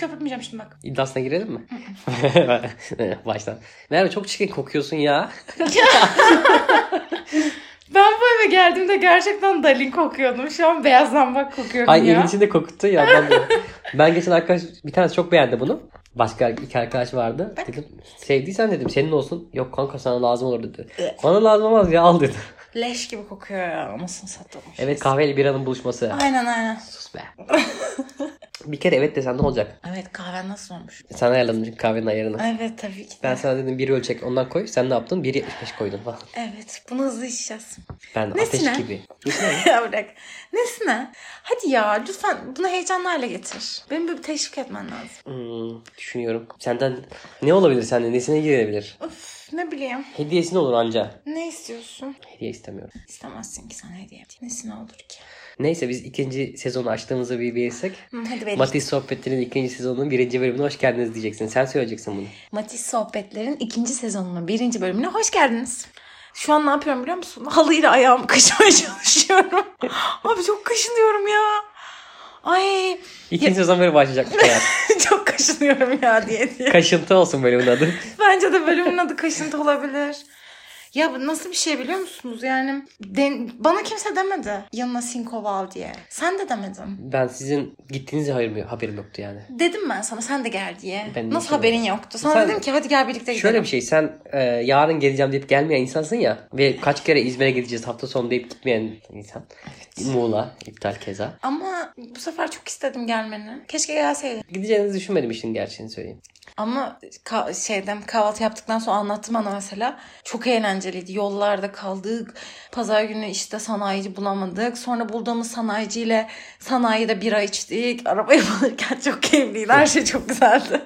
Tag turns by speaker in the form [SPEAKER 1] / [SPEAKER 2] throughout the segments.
[SPEAKER 1] yapmayacağım şimdi bak.
[SPEAKER 2] İddiasına girelim mi? Baştan. Merhaba çok çirkin kokuyorsun ya.
[SPEAKER 1] Ben bu eve geldiğimde gerçekten dalin kokuyordum. Şu an beyaz lambak kokuyorum
[SPEAKER 2] Ay
[SPEAKER 1] ya.
[SPEAKER 2] evin içinde kokuttu ya. Ben, de- ben geçen arkadaş bir tanesi çok beğendi bunu. Başka iki arkadaş vardı. Dedim sevdiysen dedim senin olsun. Yok kanka sana lazım olur dedi. Bana lazım olmaz ya al dedi.
[SPEAKER 1] Leş gibi kokuyor ya. Anasını satılmış.
[SPEAKER 2] Evet kahveyle biranın buluşması.
[SPEAKER 1] Aynen aynen.
[SPEAKER 2] Sus be. bir kere evet desen ne olacak?
[SPEAKER 1] Evet kahven nasıl olmuş?
[SPEAKER 2] Sen ayarladın çünkü kahvenin ayarını.
[SPEAKER 1] Evet tabii ki. de.
[SPEAKER 2] Ben sana dedim biri ölçek ondan koy. Sen ne yaptın? Biri 75 koydun falan.
[SPEAKER 1] Evet bunu hızlı içeceğiz.
[SPEAKER 2] Ben
[SPEAKER 1] Ne
[SPEAKER 2] ateş
[SPEAKER 1] Sinan?
[SPEAKER 2] gibi.
[SPEAKER 1] ya bırak. Nesine? Hadi ya lütfen bunu heyecanlı hale getir. Benim böyle bir teşvik etmen lazım.
[SPEAKER 2] Hmm, düşünüyorum. Senden ne olabilir senden? Nesine girebilir?
[SPEAKER 1] Öf ne bileyim.
[SPEAKER 2] Hediyesi ne olur anca?
[SPEAKER 1] Ne istiyorsun?
[SPEAKER 2] Hediye istemiyorum.
[SPEAKER 1] İstemezsin ki sen hediye. Nesine olur ki?
[SPEAKER 2] Neyse biz ikinci sezonu açtığımızı bir bilsek.
[SPEAKER 1] Hı, hadi belli.
[SPEAKER 2] Matiz Sohbetleri'nin ikinci sezonunun birinci bölümüne hoş geldiniz diyeceksin. Sen söyleyeceksin bunu.
[SPEAKER 1] Matiz Sohbetler'in ikinci sezonunun birinci bölümüne hoş geldiniz. Şu an ne yapıyorum biliyor musun? Halıyla ayağımı kaşımaya çalışıyorum. Abi çok kaşınıyorum ya. Ay
[SPEAKER 2] İkinci sezon böyle başlayacakmış ya.
[SPEAKER 1] çok kaşınıyorum ya diye diye.
[SPEAKER 2] Kaşıntı olsun bölümün adı.
[SPEAKER 1] Bence de bölümün adı kaşıntı olabilir. Ya bu nasıl bir şey biliyor musunuz? Yani den- bana kimse demedi yanına sinko al diye. Sen de demedin.
[SPEAKER 2] Ben sizin gittiğinize haberim, yok- haberim yoktu yani.
[SPEAKER 1] Dedim ben sana sen de gel diye.
[SPEAKER 2] Ben de
[SPEAKER 1] nasıl
[SPEAKER 2] şey-
[SPEAKER 1] haberin yoktu? Sana
[SPEAKER 2] Sen-
[SPEAKER 1] dedim ki hadi gel birlikte gidelim.
[SPEAKER 2] Şöyle bir şey sen e, yarın geleceğim deyip gelmeyen insansın ya ve kaç kere İzmir'e gideceğiz hafta sonu deyip gitmeyen insan. Muğla iptal keza.
[SPEAKER 1] Ama bu sefer çok istedim gelmeni. Keşke gelseydin.
[SPEAKER 2] Gideceğinizi düşünmedim işin gerçeğini söyleyeyim.
[SPEAKER 1] Ama ka- şeyden kahvaltı yaptıktan sonra anlattım bana mesela. Çok eğlenceliydi. Yollarda kaldık. Pazar günü işte sanayici bulamadık. Sonra bulduğumuz sanayiciyle sanayide bira içtik. Arabayı bulurken çok keyifliydi. Her şey çok güzeldi.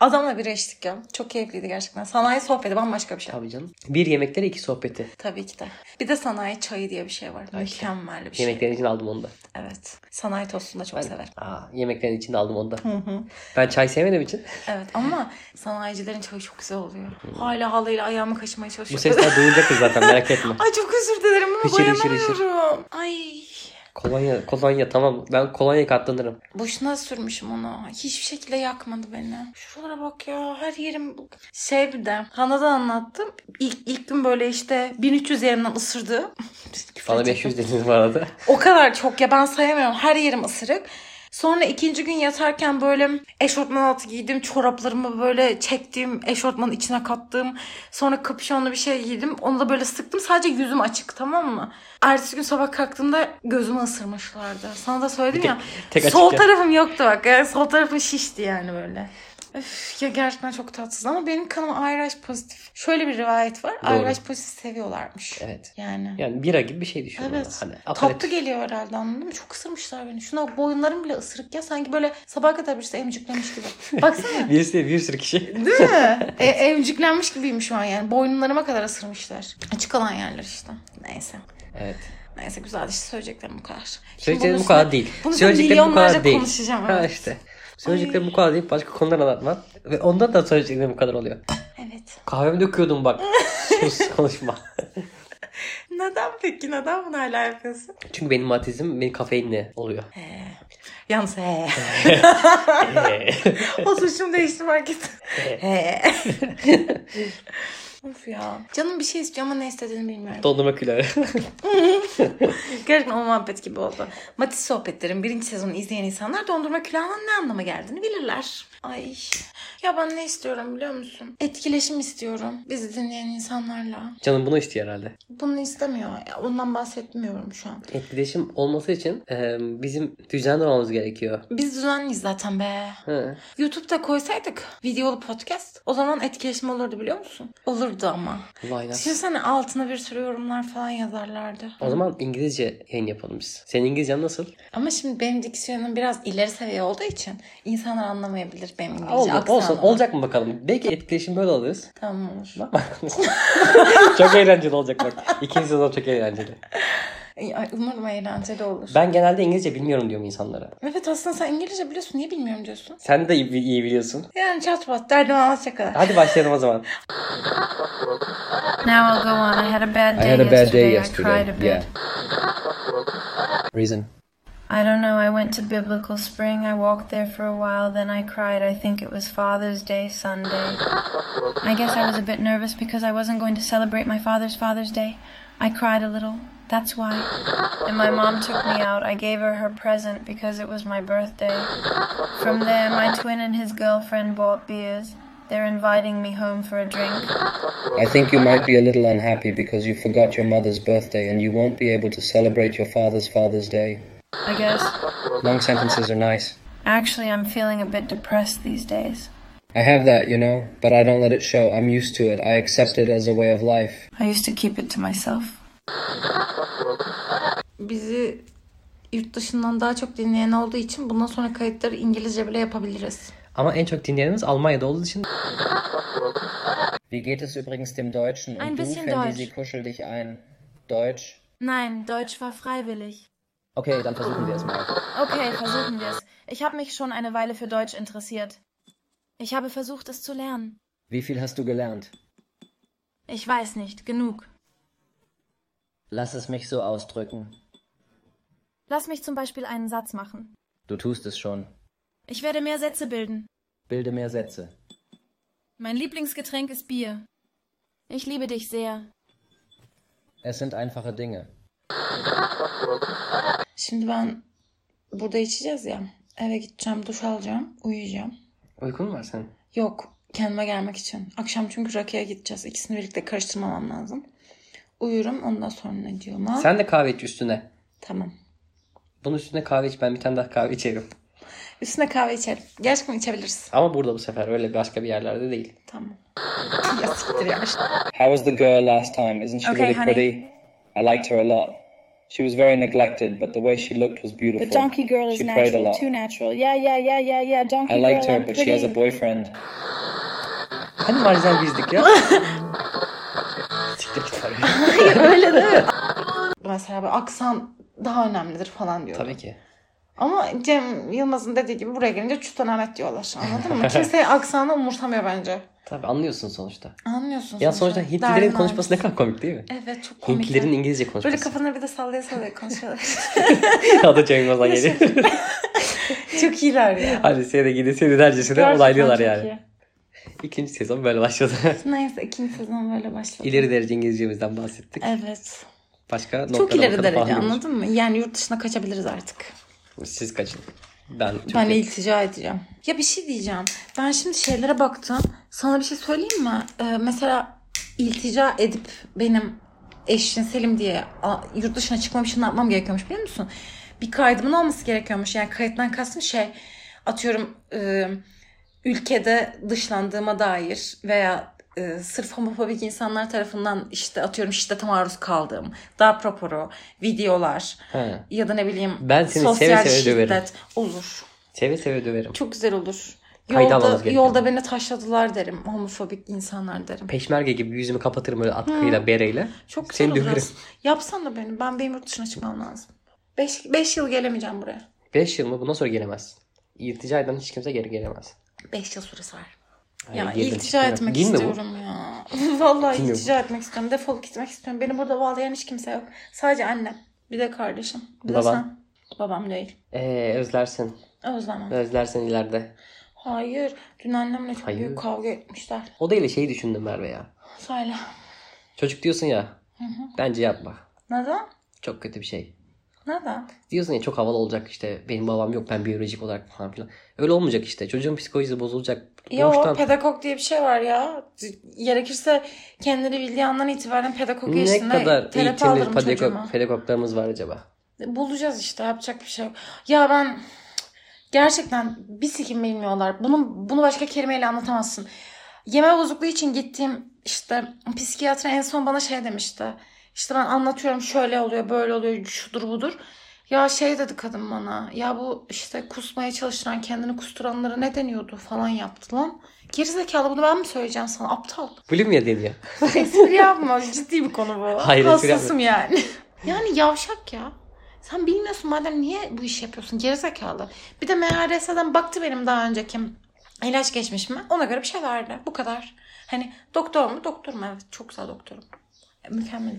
[SPEAKER 1] Adamla bira içtik ya. Çok keyifliydi gerçekten. Sanayi sohbeti bambaşka bir şey.
[SPEAKER 2] Tabii canım. Bir yemekleri iki sohbeti.
[SPEAKER 1] Tabii ki de. Bir de sanayi çayı diye bir şey var. Mükemmel bir şey.
[SPEAKER 2] Yemeklerin için aldım onu da.
[SPEAKER 1] Evet. Sanayi tostunu da çok severim.
[SPEAKER 2] Aa, yemeklerin için aldım onu da. Ben çay sevmediğim için
[SPEAKER 1] Evet ama sanayicilerin çayı çok güzel oluyor. Hala halıyla ayağımı kaşımaya
[SPEAKER 2] bu
[SPEAKER 1] çalışıyorum.
[SPEAKER 2] sesler duyulacaktır zaten merak etme.
[SPEAKER 1] Ay çok özür dilerim ama
[SPEAKER 2] Hışır hışır hışır.
[SPEAKER 1] dayanamıyorum. Ay
[SPEAKER 2] Kolonya, kolonya tamam ben kolonya katlanırım.
[SPEAKER 1] boşuna sürmüşüm onu. Hiçbir şekilde yakmadı beni. Şuralara bak ya her yerim. Şey bir de Hana'dan anlattım. İlk, ilk gün böyle işte 1300 yerimden ısırdı. Küfür
[SPEAKER 2] Bana
[SPEAKER 1] edecektim.
[SPEAKER 2] 500 dediniz bu arada.
[SPEAKER 1] O kadar çok ya ben sayamıyorum. Her yerim ısırık. Sonra ikinci gün yatarken böyle eşortman altı giydim. Çoraplarımı böyle çektim. Eşortmanın içine kattım. Sonra kapüşonlu bir şey giydim. Onu da böyle sıktım. Sadece yüzüm açık tamam mı? Ertesi gün sabah kalktığımda gözümü ısırmışlardı. Sana da söyledim
[SPEAKER 2] tek-
[SPEAKER 1] ya.
[SPEAKER 2] tek açık
[SPEAKER 1] sol
[SPEAKER 2] ya.
[SPEAKER 1] tarafım yoktu bak. Yani sol tarafım şişti yani böyle. Öf, ya gerçekten çok tatsız ama benim kanım ayraç pozitif. Şöyle bir rivayet var.
[SPEAKER 2] Doğru.
[SPEAKER 1] Ayraç pozitif seviyorlarmış.
[SPEAKER 2] Evet.
[SPEAKER 1] Yani.
[SPEAKER 2] Yani bira gibi bir şey düşün.
[SPEAKER 1] Evet.
[SPEAKER 2] Hani apalet-
[SPEAKER 1] Tatlı geliyor herhalde anladın mı? Çok ısırmışlar beni. Şuna boyunlarım bile ısırık ya. Sanki böyle sabah kadar birisi emciklemiş gibi. Baksana.
[SPEAKER 2] Birisi değil, bir sürü kişi.
[SPEAKER 1] Değil mi? E, emciklenmiş gibiyim şu an yani. Boyunlarıma kadar ısırmışlar. Açık olan yerler işte. Neyse.
[SPEAKER 2] Evet.
[SPEAKER 1] Neyse güzel işte söyleyeceklerim bu kadar. Şimdi
[SPEAKER 2] Söyleyeceklerim
[SPEAKER 1] bunun
[SPEAKER 2] bu kadar
[SPEAKER 1] üstüne-
[SPEAKER 2] değil.
[SPEAKER 1] bunun üstüne
[SPEAKER 2] Söyleyeceklerim bu kadar
[SPEAKER 1] milyonlarca
[SPEAKER 2] değil.
[SPEAKER 1] konuşacağım.
[SPEAKER 2] Ha
[SPEAKER 1] evet.
[SPEAKER 2] işte. Söyleyeceklerim bu kadar değil. Başka konular anlatman. Ve ondan da söyleyeceklerim bu kadar oluyor.
[SPEAKER 1] Evet.
[SPEAKER 2] Kahvemi döküyordum bak. Sus konuşma.
[SPEAKER 1] Neden peki? Neden bunu hala yapıyorsun?
[SPEAKER 2] Çünkü benim atizm benim kafeinle oluyor.
[SPEAKER 1] Ee, yalnız he.
[SPEAKER 2] Ee,
[SPEAKER 1] o suçum değişti fark ettim. He. of ya. Canım bir şey istiyor ama ne istediğini bilmiyorum.
[SPEAKER 2] Dondurma külahı.
[SPEAKER 1] Gerçekten o muhabbet gibi oldu. Matiz sohbetlerin birinci sezonunu izleyen insanlar dondurma külahının ne anlama geldiğini bilirler. Ay. Ya ben ne istiyorum biliyor musun? Etkileşim istiyorum. Bizi dinleyen insanlarla.
[SPEAKER 2] Canım bunu istiyor herhalde.
[SPEAKER 1] Bunu istemiyor. Ya ondan bahsetmiyorum şu an.
[SPEAKER 2] Etkileşim olması için e, bizim düzenli olmamız gerekiyor.
[SPEAKER 1] Biz düzenliyiz zaten be.
[SPEAKER 2] Hı.
[SPEAKER 1] YouTube'da koysaydık videolu podcast o zaman etkileşim olurdu biliyor musun? Olurdu ama.
[SPEAKER 2] Why not?
[SPEAKER 1] Düşünsene altına bir sürü yorumlar falan yazarlardı.
[SPEAKER 2] O zaman İngilizce yayın yapalım biz. Senin İngilizcen nasıl?
[SPEAKER 1] Ama şimdi benim diksiyonum biraz ileri seviye olduğu için insanlar anlamayabilir benim İngilizce
[SPEAKER 2] Oldu, olsun.
[SPEAKER 1] aksanımı.
[SPEAKER 2] Olacak mı bakalım? Belki etkileşim böyle alırız.
[SPEAKER 1] Tamam olur.
[SPEAKER 2] çok eğlenceli olacak bak. İkinci sezon çok eğlenceli.
[SPEAKER 1] Ay, umarım eğlenceli olur.
[SPEAKER 2] Ben genelde İngilizce bilmiyorum diyorum insanlara.
[SPEAKER 1] Evet aslında sen İngilizce biliyorsun. Niye bilmiyorum diyorsun?
[SPEAKER 2] Sen de iyi, iyi biliyorsun.
[SPEAKER 1] Yani çat pat derdim anlatacak kadar.
[SPEAKER 2] Hadi başlayalım o zaman.
[SPEAKER 3] Now I'll go on. I had a bad day
[SPEAKER 4] I had a bad day
[SPEAKER 3] I cried
[SPEAKER 4] yesterday.
[SPEAKER 3] a bit.
[SPEAKER 4] Yeah. Reason.
[SPEAKER 3] I don't know. I went to Biblical Spring. I walked there for a while, then I cried. I think it was Father's Day Sunday. I guess I was a bit nervous because I wasn't going to celebrate my father's Father's Day. I cried a little. That's why. And my mom took me out. I gave her her present because it was my birthday. From there, my twin and his girlfriend bought beers. They're inviting me home for a drink.
[SPEAKER 4] I think you might be a little unhappy because you forgot your mother's birthday and you won't be able to celebrate your father's Father's Day.
[SPEAKER 3] I guess.
[SPEAKER 4] Long sentences are nice.
[SPEAKER 3] Actually, I'm feeling a bit depressed these days.
[SPEAKER 4] I have that, you know, but I don't let it show. I'm used to it. I accept it as a way of life.
[SPEAKER 3] I used to keep it to myself.
[SPEAKER 1] Bizi yurt dışından daha çok dinleyen olduğu için bundan sonra kayıtları İngilizce bile yapabiliriz.
[SPEAKER 2] Ama en çok dinleyenimiz Almanya'da olduğu için
[SPEAKER 4] Wie geht es übrigens dem Deutschen? Und
[SPEAKER 3] Ein
[SPEAKER 4] du,
[SPEAKER 3] bisschen
[SPEAKER 4] Fantasy,
[SPEAKER 3] Deutsch.
[SPEAKER 4] kuschel dich ein. Deutsch?
[SPEAKER 3] Nein, Deutsch war freiwillig.
[SPEAKER 2] Okay, dann versuchen wir es mal.
[SPEAKER 3] Okay, versuchen wir's. Ich habe mich schon eine Weile für Deutsch interessiert. Ich habe versucht, es zu lernen.
[SPEAKER 4] Wie viel hast du gelernt?
[SPEAKER 3] Ich weiß nicht, genug.
[SPEAKER 4] Lass es mich so ausdrücken.
[SPEAKER 3] Lass mich zum Beispiel einen Satz machen.
[SPEAKER 4] Du tust es schon.
[SPEAKER 3] Ich werde mehr Sätze bilden.
[SPEAKER 4] Bilde mehr Sätze.
[SPEAKER 3] Mein Lieblingsgetränk ist Bier. Ich liebe dich sehr.
[SPEAKER 4] Es sind einfache Dinge.
[SPEAKER 1] Şimdi ben burada içeceğiz ya. Eve gideceğim, duş alacağım, uyuyacağım.
[SPEAKER 2] Uykun var senin.
[SPEAKER 1] Yok, kendime gelmek için. Akşam çünkü rakıya gideceğiz. İkisini birlikte karıştırmamam lazım. Uyurum, ondan sonra ne diyorlar?
[SPEAKER 2] Sen de kahve iç üstüne.
[SPEAKER 1] Tamam.
[SPEAKER 2] Bunun üstüne kahve iç. Ben bir tane daha kahve içerim.
[SPEAKER 1] Üstüne kahve içelim. Gerçekten içebiliriz.
[SPEAKER 2] Ama burada bu sefer öyle başka bir yerlerde değil.
[SPEAKER 1] Tamam. ya siktir ya.
[SPEAKER 4] How was the girl last time? Isn't she
[SPEAKER 3] Okay,
[SPEAKER 4] really
[SPEAKER 3] honey.
[SPEAKER 4] pretty? I liked her a lot. She was very neglected, but the way she looked was beautiful.
[SPEAKER 5] But Donkey Girl is
[SPEAKER 4] she prayed a
[SPEAKER 5] natural,
[SPEAKER 4] lot.
[SPEAKER 5] too natural. Yeah, yeah, yeah, yeah, yeah. Donkey
[SPEAKER 4] I liked
[SPEAKER 5] Girl,
[SPEAKER 4] her,
[SPEAKER 5] I'm
[SPEAKER 4] but
[SPEAKER 5] pretty.
[SPEAKER 4] she has a boyfriend.
[SPEAKER 2] Hani marjinal bizdik ya? Siktir git tabii.
[SPEAKER 1] Mesela böyle aksan daha önemlidir falan diyor.
[SPEAKER 2] tabii ki.
[SPEAKER 1] Ama Cem Yılmaz'ın dediği gibi buraya gelince çutanamet diyorlar. Anladın mı? Kimse aksanı umursamıyor bence.
[SPEAKER 2] Tabii anlıyorsun sonuçta.
[SPEAKER 1] Anlıyorsun.
[SPEAKER 2] Ya sonuçta Hintlilerin
[SPEAKER 1] Derman.
[SPEAKER 2] konuşması ne kadar komik değil mi?
[SPEAKER 1] Evet çok komik.
[SPEAKER 2] Hintlilerin
[SPEAKER 1] ya.
[SPEAKER 2] İngilizce
[SPEAKER 1] Böyle
[SPEAKER 2] konuşması.
[SPEAKER 1] kafaları bir de sallaya sallaya konuşuyorlar.
[SPEAKER 2] Adı Cem Yılmaz'dan geliyor.
[SPEAKER 1] çok iyiler ya.
[SPEAKER 2] Hadi seni de gidin seni dercesine
[SPEAKER 5] Gerçekten
[SPEAKER 2] olaylıyorlar
[SPEAKER 5] çok
[SPEAKER 2] yani.
[SPEAKER 5] iyi.
[SPEAKER 2] İkinci sezon böyle başladı.
[SPEAKER 1] Neyse ikinci sezon böyle başladı.
[SPEAKER 2] İleri derece İngilizcemizden bahsettik.
[SPEAKER 1] Evet.
[SPEAKER 2] Başka
[SPEAKER 1] çok
[SPEAKER 2] notlara
[SPEAKER 1] ileri
[SPEAKER 2] bakalım
[SPEAKER 1] derece
[SPEAKER 2] falan diyoruz.
[SPEAKER 1] anladın mı? Yani yurt dışına kaçabiliriz artık.
[SPEAKER 2] Siz kaçın. Ben çok
[SPEAKER 1] ben
[SPEAKER 2] iyi-
[SPEAKER 1] iltica edeceğim. Ya bir şey diyeceğim. Ben şimdi şeylere baktım. Sana bir şey söyleyeyim mi? Ee, mesela iltica edip benim eşin Selim diye a, yurt dışına çıkmam için ne yapmam gerekiyormuş biliyor musun? Bir kaydımın olması gerekiyormuş. Yani kayıttan kastım şey atıyorum e, ülkede dışlandığıma dair veya e, sırf homofobik insanlar tarafından işte atıyorum şiddete maruz kaldığım, darp raporu, videolar
[SPEAKER 2] He.
[SPEAKER 1] ya da ne bileyim
[SPEAKER 2] Ben seni seve
[SPEAKER 1] sosyal
[SPEAKER 2] seve
[SPEAKER 1] şiddet
[SPEAKER 2] döverim.
[SPEAKER 1] olur.
[SPEAKER 2] Seve seve döverim.
[SPEAKER 1] Çok güzel olur.
[SPEAKER 2] Kayıt almamız
[SPEAKER 1] Yolda,
[SPEAKER 2] gerekiyor.
[SPEAKER 1] yolda beni taşladılar derim. Homofobik insanlar derim.
[SPEAKER 2] Peşmerge gibi yüzümü kapatırım böyle atkıyla, bereyle.
[SPEAKER 1] Çok güzel
[SPEAKER 2] Seni
[SPEAKER 1] olur
[SPEAKER 2] döverim.
[SPEAKER 1] aslında. Yapsana beni. Ben benim yurt dışına çıkmam lazım. 5 5 yıl gelemeyeceğim buraya.
[SPEAKER 2] 5 yıl mı? Bundan sonra gelemezsin. İltica eden hiç kimse geri gelemez.
[SPEAKER 1] 5 yıl süresi var.
[SPEAKER 2] Yani
[SPEAKER 1] ya
[SPEAKER 2] girdim,
[SPEAKER 1] iltica
[SPEAKER 2] çıktım.
[SPEAKER 1] etmek
[SPEAKER 2] Değil mi bu?
[SPEAKER 1] istiyorum ya. Vallahi
[SPEAKER 2] Değil mi bu?
[SPEAKER 1] iltica etmek istiyorum. Defolup gitmek istiyorum. Beni burada bağlayan hiç kimse yok. Sadece annem. Bir de kardeşim. Bir de
[SPEAKER 2] Baban.
[SPEAKER 1] sen. Babam değil.
[SPEAKER 2] Ee, özlersin.
[SPEAKER 1] Özlemem.
[SPEAKER 2] Özlersin ileride.
[SPEAKER 1] Hayır. Dün annemle çok
[SPEAKER 2] Hayır.
[SPEAKER 1] büyük kavga etmişler.
[SPEAKER 2] O değil de şeyi düşündüm Merve ya.
[SPEAKER 1] Söyle.
[SPEAKER 2] Çocuk diyorsun ya. Bence yapma.
[SPEAKER 1] Neden?
[SPEAKER 2] Çok kötü bir şey.
[SPEAKER 1] Neden?
[SPEAKER 2] Diyorsun ya çok havalı olacak işte. Benim babam yok ben biyolojik olarak falan filan. Öyle olmayacak işte. Çocuğun psikolojisi bozulacak.
[SPEAKER 1] Ya o
[SPEAKER 2] Doğuştan-
[SPEAKER 1] pedagog diye bir şey var ya. C- Gerekirse kendini bildiği andan itibaren pedagog
[SPEAKER 2] Ne
[SPEAKER 1] eşliğinde
[SPEAKER 2] kadar
[SPEAKER 1] terapi alırım
[SPEAKER 2] eğitimli
[SPEAKER 1] çocuğuma.
[SPEAKER 2] pedagog, pedagoglarımız var acaba?
[SPEAKER 1] Bulacağız işte yapacak bir şey yok. Ya ben gerçekten bir sikim bilmiyorlar. Bunun, bunu başka kelimeyle anlatamazsın. Yeme bozukluğu için gittiğim işte psikiyatra en son bana şey demişti. İşte ben anlatıyorum şöyle oluyor böyle oluyor şudur budur. Ya şey dedi kadın bana ya bu işte kusmaya çalıştıran kendini kusturanlara ne deniyordu falan yaptı lan. Gerizekalı bunu ben mi söyleyeceğim sana aptal.
[SPEAKER 2] Bulimya deniyor.
[SPEAKER 1] Espri yapma. Ciddi bir konu bu.
[SPEAKER 2] Hayır, espri
[SPEAKER 1] Hassasım yani. Yani yavşak ya. Sen bilmiyorsun madem niye bu işi yapıyorsun? Gerizekalı. Bir de MRS'den baktı benim daha önceki ilaç geçmiş mi? Ona göre bir şey verdi. Bu kadar. Hani doktor mu? Doktor mu? Evet. Çok güzel doktorum. Mükemmel.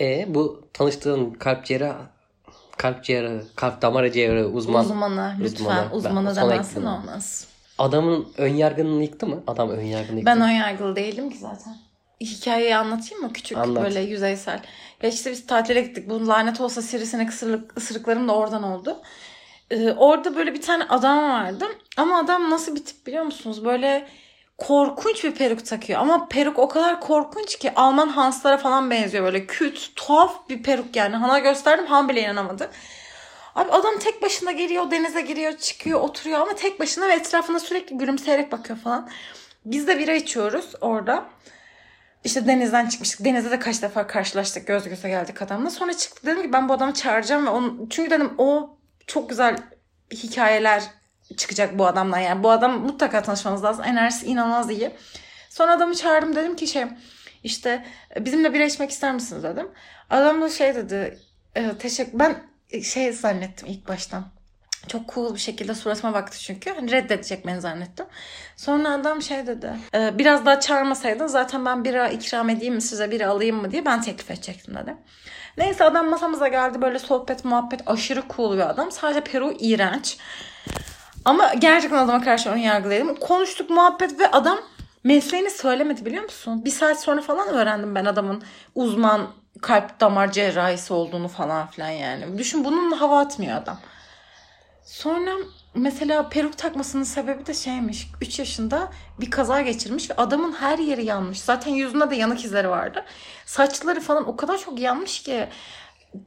[SPEAKER 2] E bu tanıştığın kalp cerrah kalp cerrahı, kalp damar cerrahı uzman.
[SPEAKER 1] Uzmana lütfen
[SPEAKER 2] Ben
[SPEAKER 1] uzmana
[SPEAKER 2] sana
[SPEAKER 1] demezsen
[SPEAKER 2] ekledim.
[SPEAKER 1] olmaz.
[SPEAKER 2] Adamın ön yargını yıktı mı? Adam ön yargını yıktı.
[SPEAKER 1] Ben ön yargılı değilim ki zaten. Hikayeyi anlatayım mı? Küçük
[SPEAKER 2] Anlat.
[SPEAKER 1] böyle yüzeysel. Ya işte biz tatile gittik. Bu lanet olsa sirisine kısırlık, ısırıklarım da oradan oldu. Ee, orada böyle bir tane adam vardı. Ama adam nasıl bir tip biliyor musunuz? Böyle korkunç bir peruk takıyor. Ama peruk o kadar korkunç ki Alman Hans'lara falan benziyor. Böyle küt, tuhaf bir peruk yani. Han'a gösterdim, Han bile inanamadı. Abi adam tek başına geliyor, denize giriyor, çıkıyor, oturuyor ama tek başına ve etrafına sürekli gülümseyerek bakıyor falan. Biz de bira içiyoruz orada. İşte denizden çıkmıştık. Denizde de kaç defa karşılaştık. Göz göze geldik adamla. Sonra çıktık dedim ki ben bu adamı çağıracağım ve onun... Çünkü dedim o çok güzel hikayeler çıkacak bu adamdan. Yani bu adam mutlaka tanışmamız lazım. Enerjisi inanılmaz iyi. Sonra adamı çağırdım dedim ki şey işte e, bizimle bira içmek ister misiniz dedim. Adam da şey dedi e, teşekkür ben şey zannettim ilk baştan. Çok cool bir şekilde suratıma baktı çünkü. Hani reddedecek beni zannettim. Sonra adam şey dedi. "E, biraz daha çağırmasaydın zaten ben bira ikram edeyim mi size bira alayım mı diye ben teklif edecektim dedi. Neyse adam masamıza geldi böyle sohbet muhabbet aşırı cool bir adam. Sadece Peru iğrenç. Ama gerçekten adama karşı ön yargılıydım. Konuştuk muhabbet ve adam mesleğini söylemedi biliyor musun? Bir saat sonra falan öğrendim ben adamın uzman kalp damar cerrahisi olduğunu falan filan yani. Düşün bununla hava atmıyor adam. Sonra mesela peruk takmasının sebebi de şeymiş. 3 yaşında bir kaza geçirmiş ve adamın her yeri yanmış. Zaten yüzünde de yanık izleri vardı. Saçları falan o kadar çok yanmış ki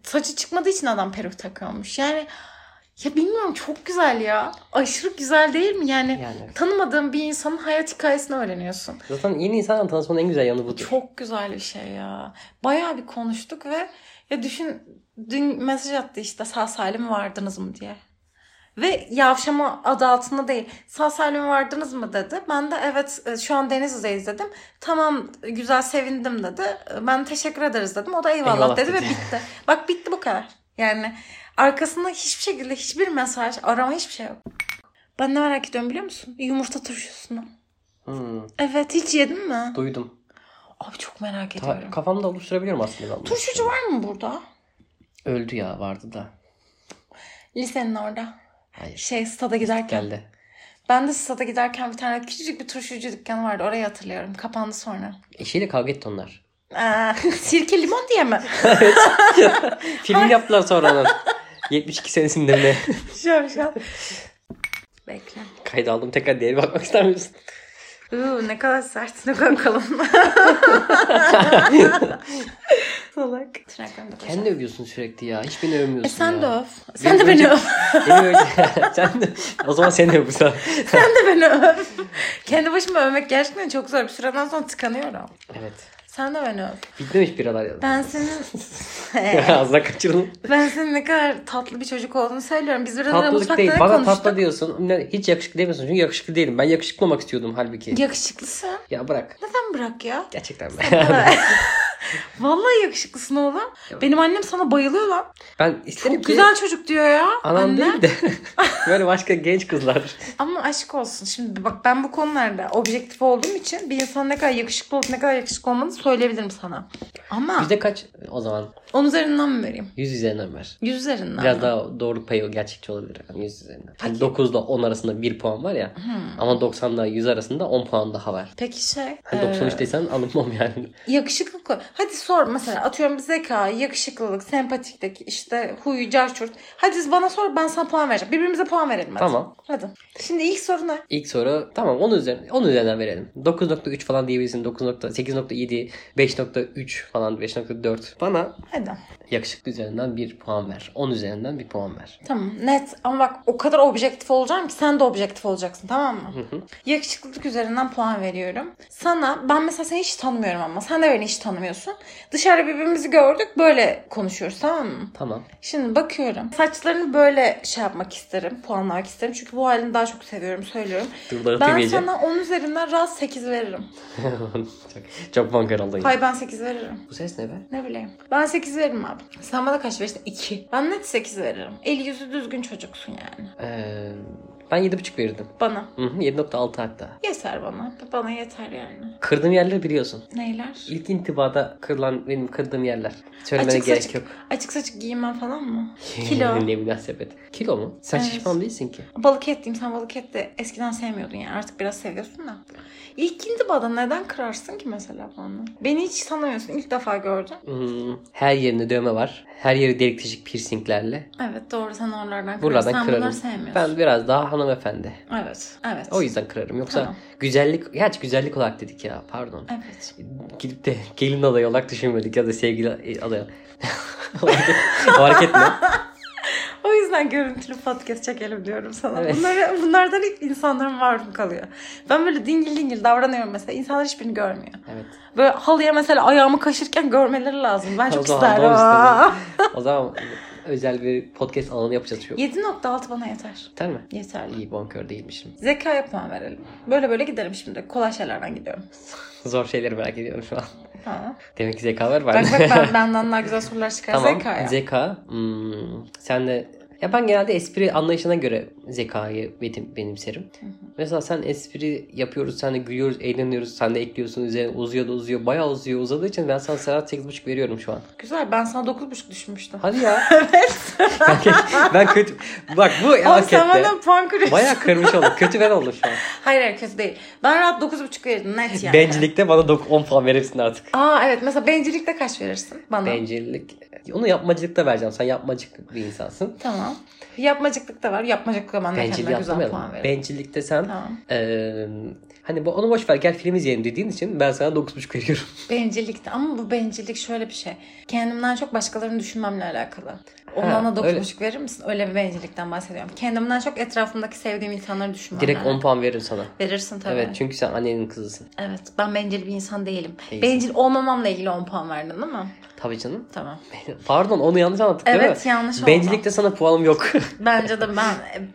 [SPEAKER 1] saçı çıkmadığı için adam peruk takıyormuş. Yani ya bilmiyorum çok güzel ya. Aşırı güzel değil mi? Yani,
[SPEAKER 2] Yani.
[SPEAKER 1] tanımadığın bir insanın hayat hikayesini öğreniyorsun.
[SPEAKER 2] Zaten yeni insanla tanışmanın en güzel yanı budur.
[SPEAKER 1] Çok güzel bir şey ya. Bayağı bir konuştuk ve ya düşün dün mesaj attı işte sağ salim vardınız mı diye. Ve yavşama adı altında değil. Sağ salim vardınız mı dedi. Ben de evet e, şu an deniz yüzeyiz dedim. Tamam e, güzel sevindim dedi. E, Ben teşekkür ederiz dedim. O da eyvallah,
[SPEAKER 2] Eyvallah
[SPEAKER 1] dedi, ve
[SPEAKER 2] dedi.
[SPEAKER 1] bitti. Bak bitti bu kadar. Yani arkasında hiçbir şekilde hiçbir mesaj, arama hiçbir şey yok. Ben ne merak ediyorum biliyor musun? Yumurta turşusunu.
[SPEAKER 2] Hmm,
[SPEAKER 1] Evet hiç yedin mi?
[SPEAKER 2] duydum.
[SPEAKER 1] Abi çok merak
[SPEAKER 2] Ta-
[SPEAKER 1] ediyorum.
[SPEAKER 2] kafamda oluşturabiliyorum aslında. ben bunu.
[SPEAKER 1] Turşucu var mı burada?
[SPEAKER 2] Öldü ya vardı da.
[SPEAKER 1] Lisenin orada.
[SPEAKER 2] Hayır.
[SPEAKER 1] Şey stada giderken.
[SPEAKER 2] Geldi.
[SPEAKER 1] Ben de stada giderken bir tane küçücük bir turşucu dükkanı vardı. Orayı hatırlıyorum. Kapandı sonra.
[SPEAKER 2] Eşiyle kavga etti onlar.
[SPEAKER 1] Aa, sirke limon diye mi?
[SPEAKER 2] Film yaptılar sonradan. 72 senesinde mi ne?
[SPEAKER 1] Şöyle şöyle. Bekle.
[SPEAKER 2] Kayda aldım tekrar diğeri bakmak ister misin?
[SPEAKER 1] Uuu ne kadar sert. Ne kadar kalın. Salak. Tırnaklarımı da
[SPEAKER 2] Kendini övüyorsun sürekli ya. Hiç beni övmüyorsun
[SPEAKER 1] E sen
[SPEAKER 2] ya.
[SPEAKER 1] de öv. Sen de beni öv.
[SPEAKER 2] Beni öv- sen de... O zaman seni de öpsem.
[SPEAKER 1] Sen de beni öv. Kendi başıma övmek gerçekten çok zor. Bir süreden sonra tıkanıyorum.
[SPEAKER 2] Evet.
[SPEAKER 1] Sen de beni öv.
[SPEAKER 2] Bitmemiş biralar ya.
[SPEAKER 1] Ben senin...
[SPEAKER 2] Ağzına kaçırdım.
[SPEAKER 1] Ben senin ne kadar tatlı bir çocuk olduğunu söylüyorum. Biz biraz önce
[SPEAKER 2] Tatlılık
[SPEAKER 1] mutfakta
[SPEAKER 2] değil.
[SPEAKER 1] da
[SPEAKER 2] Bana
[SPEAKER 1] konuştuk.
[SPEAKER 2] tatlı diyorsun. Ne- Hiç yakışıklı demiyorsun. Çünkü yakışıklı değilim. Ben yakışıklı olmak istiyordum halbuki.
[SPEAKER 1] Yakışıklısın.
[SPEAKER 2] Ya bırak.
[SPEAKER 1] Neden bırak ya?
[SPEAKER 2] Gerçekten ben.
[SPEAKER 1] Vallahi yakışıklısın oğlum. Benim annem sana bayılıyor lan.
[SPEAKER 2] ben isterim
[SPEAKER 1] Çok
[SPEAKER 2] ki
[SPEAKER 1] güzel çocuk diyor ya.
[SPEAKER 2] anam
[SPEAKER 1] anne.
[SPEAKER 2] değil de böyle başka genç kızlar.
[SPEAKER 1] Ama aşk olsun. Şimdi bak ben bu konularda objektif olduğum için bir insan ne kadar yakışıklı olup ne kadar yakışıklı olmadığını söyleyebilirim sana. Ama
[SPEAKER 2] Yüzde kaç o zaman?
[SPEAKER 1] 10 üzerinden mi vereyim?
[SPEAKER 2] Yüz üzerinden ver.
[SPEAKER 1] 100 üzerinden
[SPEAKER 2] Biraz
[SPEAKER 1] mi?
[SPEAKER 2] daha doğru payı gerçekçi olabilir. Yani 100 üzerinden. Hani 9 ile 10 arasında 1 puan var ya. Ama 90 ile 100 arasında 10 puan daha var.
[SPEAKER 1] Peki şey...
[SPEAKER 2] Hani
[SPEAKER 1] e,
[SPEAKER 2] 93'teysen alınmam yani.
[SPEAKER 1] Yakışıklı ko- Hadi sor mesela atıyorum zeka, yakışıklılık, sempatiklik, işte huyu, carçurt. Hadi bana sor ben sana puan vereceğim. Birbirimize puan verelim hadi.
[SPEAKER 2] Tamam.
[SPEAKER 1] Hadi. Şimdi ilk soru ne?
[SPEAKER 2] İlk soru tamam 10 üzerinden, 10 üzerinden verelim. 9.3 falan diyebilirsin. 9.8.7, 5.3 falan 5.4. Bana
[SPEAKER 1] Hadi.
[SPEAKER 2] yakışıklı üzerinden bir puan ver. 10 üzerinden bir puan ver.
[SPEAKER 1] Tamam net ama bak o kadar objektif olacağım ki sen de objektif olacaksın tamam mı? Yakışıklılık üzerinden puan veriyorum. Sana ben mesela seni hiç tanımıyorum ama sen de beni hiç tanımıyorsun. Dışarıda birbirimizi gördük böyle konuşuyoruz tamam mı?
[SPEAKER 2] Tamam.
[SPEAKER 1] Şimdi bakıyorum. Saçlarını böyle şey yapmak isterim. Puanlamak isterim. Çünkü bu halini daha çok seviyorum. Söylüyorum.
[SPEAKER 2] Dur, dayatıp
[SPEAKER 1] ben
[SPEAKER 2] yiyeceğim.
[SPEAKER 1] sana 10 üzerinden rahat 8 veririm.
[SPEAKER 2] çok, çok bankar oldun. ya.
[SPEAKER 1] Hay ben 8 veririm.
[SPEAKER 2] Bu ses ne be?
[SPEAKER 1] Ne bileyim. Ben 8 veririm abi. Sen bana kaç verirsin? 2. Ben net 8 veririm. El yüzü düzgün çocuksun yani.
[SPEAKER 2] Ee, Ben 7,5 verirdim.
[SPEAKER 1] Bana.
[SPEAKER 2] Hı hı, 7.6 hatta.
[SPEAKER 1] Yeter bana. Bana yeter yani.
[SPEAKER 2] Kırdığım yerleri biliyorsun.
[SPEAKER 1] Neyler?
[SPEAKER 2] İlk intibada kırılan benim kırdığım yerler. Söylemene
[SPEAKER 1] Açık
[SPEAKER 2] gerek
[SPEAKER 1] saçık,
[SPEAKER 2] yok.
[SPEAKER 1] açık saçık giyinmen falan mı? Kilo.
[SPEAKER 2] ne münasebet. Kilo mu? Sen
[SPEAKER 1] Evet.
[SPEAKER 2] şişman değilsin ki.
[SPEAKER 1] Balık et diyeyim. Sen balık et de eskiden sevmiyordun yani. Artık biraz seviyorsun da. İlk intibada neden kırarsın ki mesela bana? Beni hiç tanımıyorsun. İlk defa gördüm.
[SPEAKER 2] Hmm, her yerinde döme var. Her yeri delik deşik piercinglerle.
[SPEAKER 1] Evet doğru sen oralardan kırarsın.
[SPEAKER 2] Buralardan
[SPEAKER 1] Sen bunları
[SPEAKER 2] kırarım.
[SPEAKER 1] sevmiyorsun.
[SPEAKER 2] Ben biraz daha hanımefendi.
[SPEAKER 1] Evet. Evet.
[SPEAKER 2] O yüzden kırarım. Yoksa
[SPEAKER 1] Tamam.
[SPEAKER 2] güzellik, gerçi güzellik olarak dedik ya pardon.
[SPEAKER 1] Evet.
[SPEAKER 2] Gidip de gelin adayı olarak düşünmedik ya da sevgili adayı. o hareket- o hareket ne?
[SPEAKER 1] O yüzden görüntülü podcast çekelim diyorum sana.
[SPEAKER 2] Evet.
[SPEAKER 1] Bunları, bunlardan hep insanların maruz kalıyor. Ben böyle dingil dingil davranıyorum mesela. İnsanlar hiçbirini görmüyor.
[SPEAKER 2] Evet.
[SPEAKER 1] Böyle halıya mesela ayağımı kaşırken görmeleri lazım. Ben çok
[SPEAKER 2] O zaman doğru
[SPEAKER 1] isterim. Aa.
[SPEAKER 2] O zaman özel bir podcast alanı yapacağız şu.
[SPEAKER 1] 7.6 bana yeter.
[SPEAKER 2] Yeter mi?
[SPEAKER 1] Yeterli.
[SPEAKER 2] İyi bonkör değilmişim.
[SPEAKER 1] Zekaya puan verelim. Böyle böyle giderim şimdi. Kolay şeylerden gidiyorum.
[SPEAKER 2] Zor şeyleri merak ediyorum şu an.
[SPEAKER 1] Ha.
[SPEAKER 2] Demek ki zeka var
[SPEAKER 1] Bak
[SPEAKER 2] var.
[SPEAKER 1] bak ben, benden daha güzel sorular çıkar
[SPEAKER 2] tamam.
[SPEAKER 1] zekaya.
[SPEAKER 2] Zeka. Hmm, sen de ya ben genelde espri anlayışına göre zekayı benim, benimserim. Mesela sen espri yapıyoruz, sen de gülüyoruz, eğleniyoruz, sen de ekliyorsun üzerine uzuyor da uzuyor, bayağı uzuyor. Uzadığı için ben sana Serhat 8.5 veriyorum şu an.
[SPEAKER 1] güzel ben sana 9.5 düşmüştüm.
[SPEAKER 2] Hadi ya. evet. ben, kötü. Bak bu
[SPEAKER 1] Abi sen
[SPEAKER 2] hareketle
[SPEAKER 1] benden puan kırıyorsun.
[SPEAKER 2] Bayağı kırmış oldum. Kötü ben oldum şu an.
[SPEAKER 1] Hayır hayır kötü değil. Ben rahat 9.5 verirdim net yani.
[SPEAKER 2] Bencillikte bana dok- 10 puan verirsin artık.
[SPEAKER 1] Aa evet mesela bencillikte kaç verirsin bana?
[SPEAKER 2] Bencillik. Onu yapmacılıkta vereceğim. Sen yapmacık bir insansın.
[SPEAKER 1] Tamam. Yapmacıklık da var. Yapmacıklık ben de
[SPEAKER 2] Bencillik
[SPEAKER 1] kendime güzel
[SPEAKER 2] yapmayalım.
[SPEAKER 1] puan veririm.
[SPEAKER 2] Bencillikte sen
[SPEAKER 1] Tamam.
[SPEAKER 2] eee, hani bu- onu boş ver gel film izleyelim dediğin için ben sana 9.5 veriyorum.
[SPEAKER 1] Bencillikte ama bu bencillik şöyle bir şey. Kendimden çok başkalarını düşünmemle alakalı.
[SPEAKER 2] Ha,
[SPEAKER 1] Ondan da
[SPEAKER 2] öyle.
[SPEAKER 1] 9.5 verir misin? Öyle bir bencillikten bahsediyorum. Kendimden çok etrafımdaki sevdiğim insanları düşünmemle
[SPEAKER 2] Direkt 10
[SPEAKER 1] alakalı.
[SPEAKER 2] puan veririm sana.
[SPEAKER 1] Verirsin tabii.
[SPEAKER 2] Evet
[SPEAKER 1] Evet,
[SPEAKER 2] çünkü sen annenin kızısın.
[SPEAKER 1] ben bencil bir insan değilim.
[SPEAKER 2] Değilsin.
[SPEAKER 1] Bencil olmamamla ilgili 10 puan verdin değil mi?
[SPEAKER 2] Tabii canım.
[SPEAKER 1] Tamam.
[SPEAKER 2] Pardon onu yanlış anlattık değil
[SPEAKER 1] Evet,
[SPEAKER 2] mi?
[SPEAKER 1] yanlış oldu.
[SPEAKER 2] Bencillikte sana puanım yok.
[SPEAKER 1] Bence de ben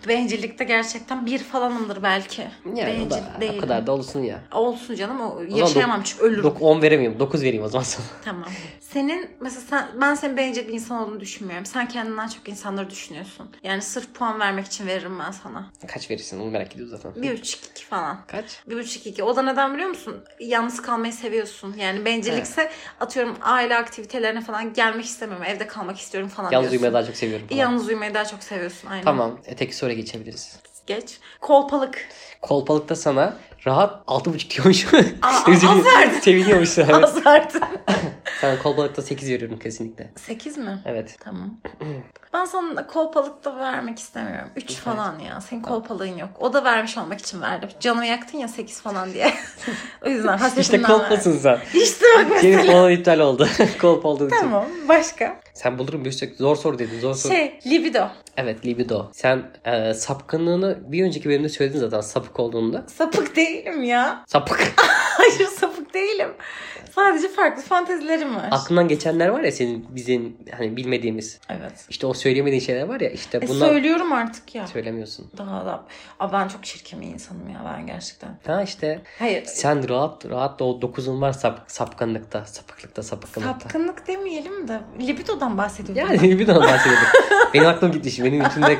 [SPEAKER 1] bencillikte gerçekten bir falanımdır belki.
[SPEAKER 2] yani o,
[SPEAKER 1] bencil
[SPEAKER 2] da,
[SPEAKER 1] değilim.
[SPEAKER 2] o kadar da olsun ya.
[SPEAKER 1] Olsun canım o yaşayamam çünkü ölürüm.
[SPEAKER 2] Dok- 10 veremiyorum. 9 vereyim o zaman sana.
[SPEAKER 1] Tamam. Senin mesela sen, ben senin bencil bir insan olduğunu düşünmüyorum. Sen kendinden çok insanları düşünüyorsun. Yani sırf puan vermek için veririm ben sana.
[SPEAKER 2] Kaç verirsin onu merak ediyorum zaten.
[SPEAKER 1] 1 3 2 falan.
[SPEAKER 2] Kaç?
[SPEAKER 1] 1 3 2. O da neden biliyor musun? Yalnız kalmayı seviyorsun. Yani bencillikse atıyorum aile aktivitelerine falan gelmek istemiyorum. Evde kalmak istiyorum falan
[SPEAKER 2] Yalnız
[SPEAKER 1] diyorsun.
[SPEAKER 2] uyumayı daha çok seviyorum. falan.
[SPEAKER 1] Yalnız uyumayı daha çok seviyorsun aynen.
[SPEAKER 2] Tamam. Öteki soruya geçebiliriz.
[SPEAKER 1] Geç. Kolpalık.
[SPEAKER 2] Kolpalıkta sana rahat 6.5 diyormuş.
[SPEAKER 1] Aa, az verdin.
[SPEAKER 2] Seviniyormuşsun. Evet.
[SPEAKER 1] Az verdin.
[SPEAKER 2] Sana kolpalıkta 8 veriyorum kesinlikle.
[SPEAKER 1] 8 mi?
[SPEAKER 2] Evet.
[SPEAKER 1] Tamam. Ben sana kolpalık da vermek istemiyorum. 3 falan ya. Senin kolpalığın yok. O da vermiş olmak için verdim. Canımı yaktın ya 8 falan diye. o yüzden hasretimden
[SPEAKER 2] İşte kolpasın sen.
[SPEAKER 1] verdim. İşte bak mesela.
[SPEAKER 2] Senin puanın iptal oldu. Kolp olduğun için.
[SPEAKER 1] Tamam. Başka?
[SPEAKER 2] Sen bulurum bir sürü zor soru dedin. Zor soru.
[SPEAKER 1] Şey libido.
[SPEAKER 2] Evet libido. Sen e, sapkınlığını bir önceki bölümde söyledin zaten sapık olduğunda.
[SPEAKER 1] Sapık değilim ya.
[SPEAKER 2] Sapık.
[SPEAKER 1] Hayır sapık değilim. Sadece farklı fantezilerim var.
[SPEAKER 2] Aklından geçenler var ya senin bizim hani bilmediğimiz.
[SPEAKER 1] evet.
[SPEAKER 2] İşte o söyleyemediğin şeyler var ya işte
[SPEAKER 1] E,
[SPEAKER 2] bunlar
[SPEAKER 1] söylüyorum artık ya.
[SPEAKER 2] söylemiyorsun.
[SPEAKER 1] Daha da. Aa, ben çok çirkin bir insanım ya ben gerçekten.
[SPEAKER 2] Ha işte
[SPEAKER 1] Hayır.
[SPEAKER 2] Sen rahat rahat da o dokuzun var sap, sapkınlıkta, sapıklıkta, sapıklıkta.
[SPEAKER 1] Sapkınlık demeyelim de libidodan bahsediyordum. ben.
[SPEAKER 2] Yani bir daha bahsediyorduk. benim aklım gitti şimdi. Benim içimde...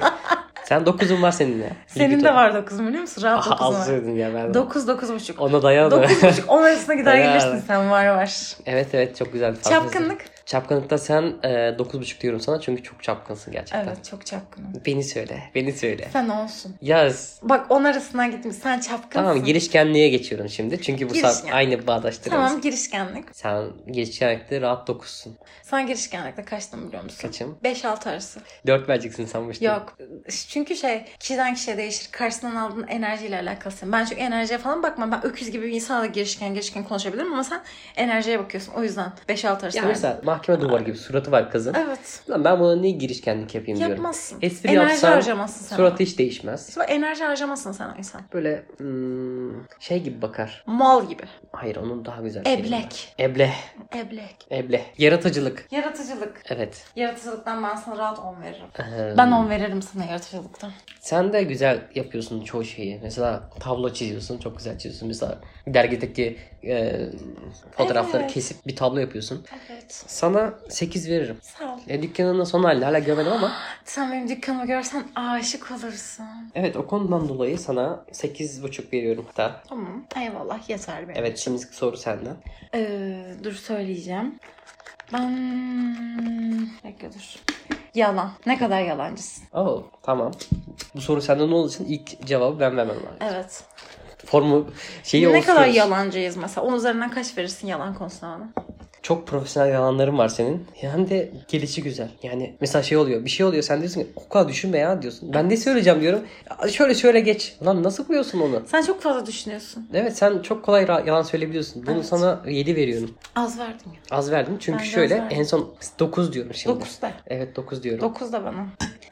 [SPEAKER 2] Sen dokuzun var senin de.
[SPEAKER 1] Senin de var 9 biliyor musun? Rahat 9
[SPEAKER 2] Az
[SPEAKER 1] var.
[SPEAKER 2] söyledin ya ben.
[SPEAKER 1] 9 9,5.
[SPEAKER 2] Ona dayanamıyorum.
[SPEAKER 1] 9,5 10 arasına gider
[SPEAKER 2] Helal.
[SPEAKER 1] gelirsin sen var var.
[SPEAKER 2] evet evet çok güzel. fantezi.
[SPEAKER 1] Çapkınlık.
[SPEAKER 2] Çapkınlıkta sen e, dokuz buçuk diyorum sana çünkü çok çapkınsın gerçekten.
[SPEAKER 1] Evet çok çapkınım.
[SPEAKER 2] Beni söyle, beni söyle.
[SPEAKER 1] Sen olsun.
[SPEAKER 2] Yaz.
[SPEAKER 1] Bak 10 arasına gitmiş sen çapkınsın.
[SPEAKER 2] Tamam girişkenliğe geçiyorum şimdi. Çünkü bu saat
[SPEAKER 1] Girişken.
[SPEAKER 2] aynı bağdaştırıyoruz.
[SPEAKER 1] Tamam girişkenlik.
[SPEAKER 2] Sen girişkenlikte rahat dokuzsun.
[SPEAKER 1] Sen girişkenlikte kaçtın biliyor musun?
[SPEAKER 2] Kaçım?
[SPEAKER 1] 5-6 arası.
[SPEAKER 2] Dört vereceksin sanmıştım.
[SPEAKER 1] Yok. Çünkü şey kişiden kişiye değişir. Karşısından aldığın enerjiyle alakası. Ben çok enerjiye falan bakmam. Ben öküz gibi bir insana da girişken girişken konuşabilirim ama sen enerjiye bakıyorsun. O yüzden 5-6 arası.
[SPEAKER 2] Ya
[SPEAKER 1] verdim.
[SPEAKER 2] mesela mahkeme duvarı gibi suratı var kızın.
[SPEAKER 1] Evet.
[SPEAKER 2] Lan ben buna niye girişkenlik yapayım diyorum.
[SPEAKER 1] Yapmazsın.
[SPEAKER 2] Espri
[SPEAKER 1] Enerji
[SPEAKER 2] yapsam
[SPEAKER 1] harcamazsın sen
[SPEAKER 2] suratı
[SPEAKER 1] ona.
[SPEAKER 2] hiç değişmez.
[SPEAKER 1] Sonra enerji harcamasın sen o insan.
[SPEAKER 2] Böyle hmm, şey gibi bakar.
[SPEAKER 1] Mal gibi.
[SPEAKER 2] Hayır onun daha güzel şeyi
[SPEAKER 1] Eblek.
[SPEAKER 2] var. Ebleh.
[SPEAKER 1] Eblek.
[SPEAKER 2] Ebleh. Yaratıcılık.
[SPEAKER 1] Yaratıcılık.
[SPEAKER 2] Evet.
[SPEAKER 1] Yaratıcılıktan ben sana rahat 10 veririm.
[SPEAKER 2] Ee,
[SPEAKER 1] Ben 10 veririm sana yaratıcılıktan.
[SPEAKER 2] Sen de güzel yapıyorsun çoğu şeyi. Mesela tablo çiziyorsun. Çok güzel çiziyorsun. Mesela dergideki e, fotoğrafları
[SPEAKER 1] Evet.
[SPEAKER 2] kesip bir tablo yapıyorsun.
[SPEAKER 1] Evet.
[SPEAKER 2] Sana 8 veririm.
[SPEAKER 1] Sağ ol.
[SPEAKER 2] E, dükkanının son halinde hala görmedim ama
[SPEAKER 1] Sen benim dükkanımı görsen aşık olursun.
[SPEAKER 2] evet o konudan dolayı sana 8,5 veriyorum hatta.
[SPEAKER 1] Tamam. Eyvallah yeter benim.
[SPEAKER 2] Evet şimdi soru senden.
[SPEAKER 1] Ee, dur söyleyeceğim. Ben... Bekle dur. Yalan. Ne kadar yalancısın.
[SPEAKER 2] Oo Oh, tamam. Bu soru senden olduğu için ilk cevabı ben vermem lazım.
[SPEAKER 1] Evet.
[SPEAKER 2] Formu şeyi
[SPEAKER 1] ne
[SPEAKER 2] oluşturuyoruz.
[SPEAKER 1] kadar yalancıyız mesela. On üzerinden kaç verirsin yalan konusunda bana?
[SPEAKER 2] Çok profesyonel yalanların var senin. Hem de gelişi güzel. Yani mesela şey oluyor. Bir şey oluyor. Sen diyorsun ki o kadar düşünme ya diyorsun. Ben ne söyleyeceğim diyorum. "Ya Şöyle şöyle geç. Lan nasıl buluyorsun onu?
[SPEAKER 1] Sen çok fazla düşünüyorsun.
[SPEAKER 2] Evet sen çok kolay ra- yalan söyleyebiliyorsun. Bunu
[SPEAKER 1] Evet.
[SPEAKER 2] sana 7 veriyorum.
[SPEAKER 1] Az verdim ya.
[SPEAKER 2] Az verdim. Çünkü
[SPEAKER 1] Ben de az
[SPEAKER 2] şöyle
[SPEAKER 1] verdim.
[SPEAKER 2] en son 9 diyorum şimdi.
[SPEAKER 1] 9 da.
[SPEAKER 2] Evet 9 diyorum.
[SPEAKER 1] 9 da bana.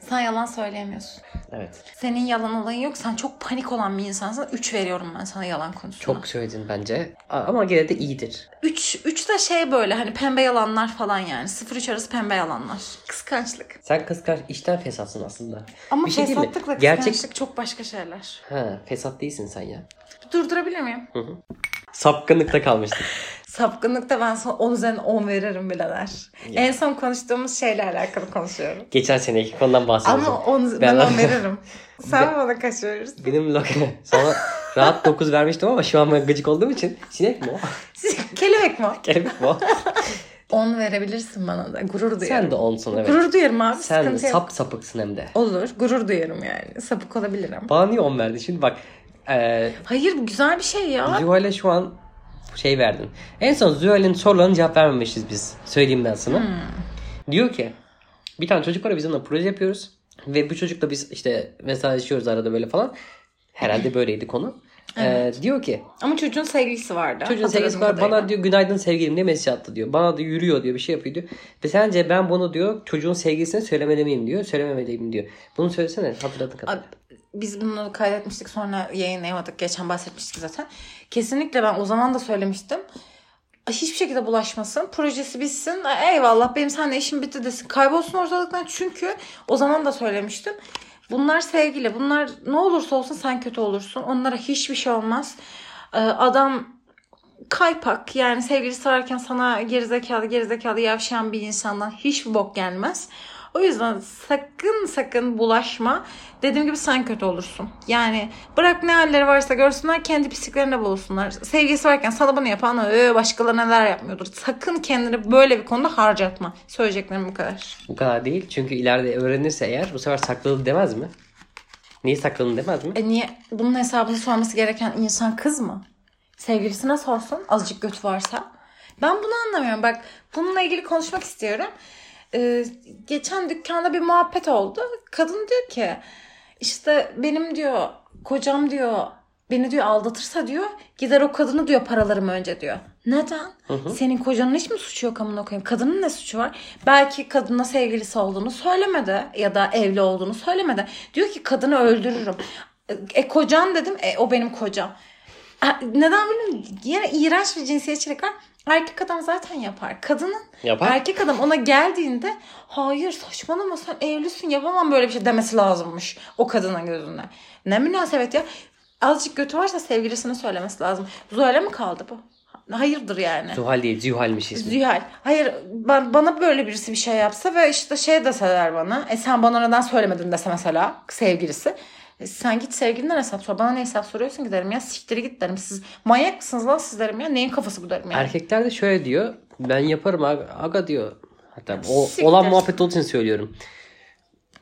[SPEAKER 1] Sen yalan söyleyemiyorsun.
[SPEAKER 2] evet.
[SPEAKER 1] Senin yalan olayın yok. Sen çok panik olan bir insansın. 3 veriyorum ben sana yalan konusunda.
[SPEAKER 2] Çok söyledin bence. A- Ama gene de iyidir.
[SPEAKER 1] 3 3 de şey böyle hani pembe yalanlar falan yani. 0 3 arası pembe yalanlar. Kıskançlık.
[SPEAKER 2] Sen kıskanç içten fesatsın aslında.
[SPEAKER 1] Ama
[SPEAKER 2] Bir şey değil mi?
[SPEAKER 1] fesatlıkla
[SPEAKER 2] Gerçek-
[SPEAKER 1] kıskançlık çok başka şeyler.
[SPEAKER 2] Ha fesat değilsin sen ya.
[SPEAKER 1] Durdurabilir miyim?
[SPEAKER 2] Sapkınlıkta kalmıştık.
[SPEAKER 1] Sapkınlıkta ben sana 10 üzerinden 10 veririm birader. En son konuştuğumuz şeyle alakalı konuşuyorum.
[SPEAKER 2] Geçen seneki konudan bahsediyoruz.
[SPEAKER 1] Ama 10
[SPEAKER 2] Ben-
[SPEAKER 1] ben, 10 veririm. Sen bana kaç verirsin?
[SPEAKER 2] Benim lokal. Sana rahat 9 vermiştim ama şu an ben gıcık olduğum için sinek mi o?
[SPEAKER 1] Kelebek mi?
[SPEAKER 2] Kelebek mi o?
[SPEAKER 1] 10 verebilirsin bana da. Gurur duyarım.
[SPEAKER 2] Sen de 10'sun evet.
[SPEAKER 1] Gurur duyarım abi.
[SPEAKER 2] Sen
[SPEAKER 1] sıkıntı yok.
[SPEAKER 2] sap sapıksın hem de.
[SPEAKER 1] Olur. Gurur duyarım yani. Sapık olabilirim.
[SPEAKER 2] Bana niye 10 verdin? Şimdi bak. E,
[SPEAKER 1] Hayır bu güzel bir şey ya.
[SPEAKER 2] Zuhal'e şu an şey verdin. En son Zuhal'in sorularına cevap vermemişiz biz. Söyleyeyim ben sana. Diyor ki bir tane çocuk var bizimle proje yapıyoruz. Ve bu çocukla biz işte mesajlaşıyoruz arada böyle falan. Herhalde böyleydi konu. E, diyor ki
[SPEAKER 1] Ama çocuğun sevgilisi vardı.
[SPEAKER 2] Çocuğun
[SPEAKER 1] Hatırladığım
[SPEAKER 2] sevgilisi var.
[SPEAKER 1] kadarıyla.
[SPEAKER 2] Bana diyor günaydın sevgilim diye mesaj attı diyor. Bana da yürüyor diyor bir şey yapıyor diyor. Ve sence ben bunu diyor çocuğun sevgilisine söylemeli miyim diyor. Söylememeliyim diyor. Bunu söylesene hatırladın kadar.
[SPEAKER 1] Abi, biz bunu kaydetmiştik sonra yayınlayamadık. Geçen bahsetmiştik zaten. Kesinlikle ben o zaman da söylemiştim. Hiçbir şekilde bulaşmasın. Projesi bitsin. Eyvallah benim seninle işim bitti desin. Kaybolsun ortalıktan. Çünkü o zaman da söylemiştim. Bunlar sevgili. Bunlar ne olursa olsun sen kötü olursun. Onlara hiçbir şey olmaz. Ee, Adam kaypak yani sevgilisi varken sana gerizekalı gerizekalı yavşayan bir insandan hiçbir bok gelmez. O yüzden sakın sakın bulaşma. Dediğim gibi sen kötü olursun. Yani bırak ne halleri varsa görsünler kendi pisliklerine bulsunlar. Sevgilisi varken sana bunu yapan "Ee, başkaları neler yapmıyordur. Sakın kendini böyle bir konuda harcatma. Söyleyeceklerim bu kadar.
[SPEAKER 2] Bu kadar değil. Çünkü ileride öğrenirse eğer bu sefer sakladı demez mi? Niye sakladın demez mi?
[SPEAKER 1] E niye bunun hesabını sorması gereken insan kız mı? Sevgilisine sorsun azıcık göt varsa. Ben bunu anlamıyorum. Bak bununla ilgili konuşmak istiyorum. Ee, geçen dükkanda bir muhabbet oldu. Kadın diyor ki işte benim diyor kocam diyor beni diyor aldatırsa diyor gider o kadını diyor paralarım önce diyor. Neden? Senin kocanın hiç mi suçu yok amına koyayım? Kadının ne suçu var? Belki kadına sevgilisi olduğunu söylemedi ya da evli olduğunu söylemedi. Diyor ki kadını öldürürüm. E kocan dedim. E o benim kocam. Ha, Neden bilmiyorum. Yine iğrenç bir cinsiyetçilik var. Erkek adam zaten yapar. Kadının
[SPEAKER 2] Yapar.
[SPEAKER 1] erkek adam ona geldiğinde hayır saçmalama sen evlisin yapamam böyle bir şey demesi lazımmış o kadının gözünde. Ne münasebet ya. Azıcık götü varsa sevgilisine söylemesi lazım. Zuhal'e mi kaldı bu? Hayırdır yani.
[SPEAKER 2] Zuhal değil. Zühal'miş ismi.
[SPEAKER 1] Zühal. Hayır ben, bana böyle birisi bir şey yapsa ve işte şey deseler bana. E sen bana neden söylemedin dese mesela sevgilisi. E, sen git sevgilinden hesap sor. Bana ne hesap soruyorsun ki derim ya. Siktir git derim. Siz manyak mısınız lan siz derim ya. Neyin kafası bu derim yani.
[SPEAKER 2] Erkekler de şöyle diyor. Ben yaparım abi. Aga diyor. Hatta o,
[SPEAKER 1] Siktir.
[SPEAKER 2] olan muhabbet olduğu için söylüyorum.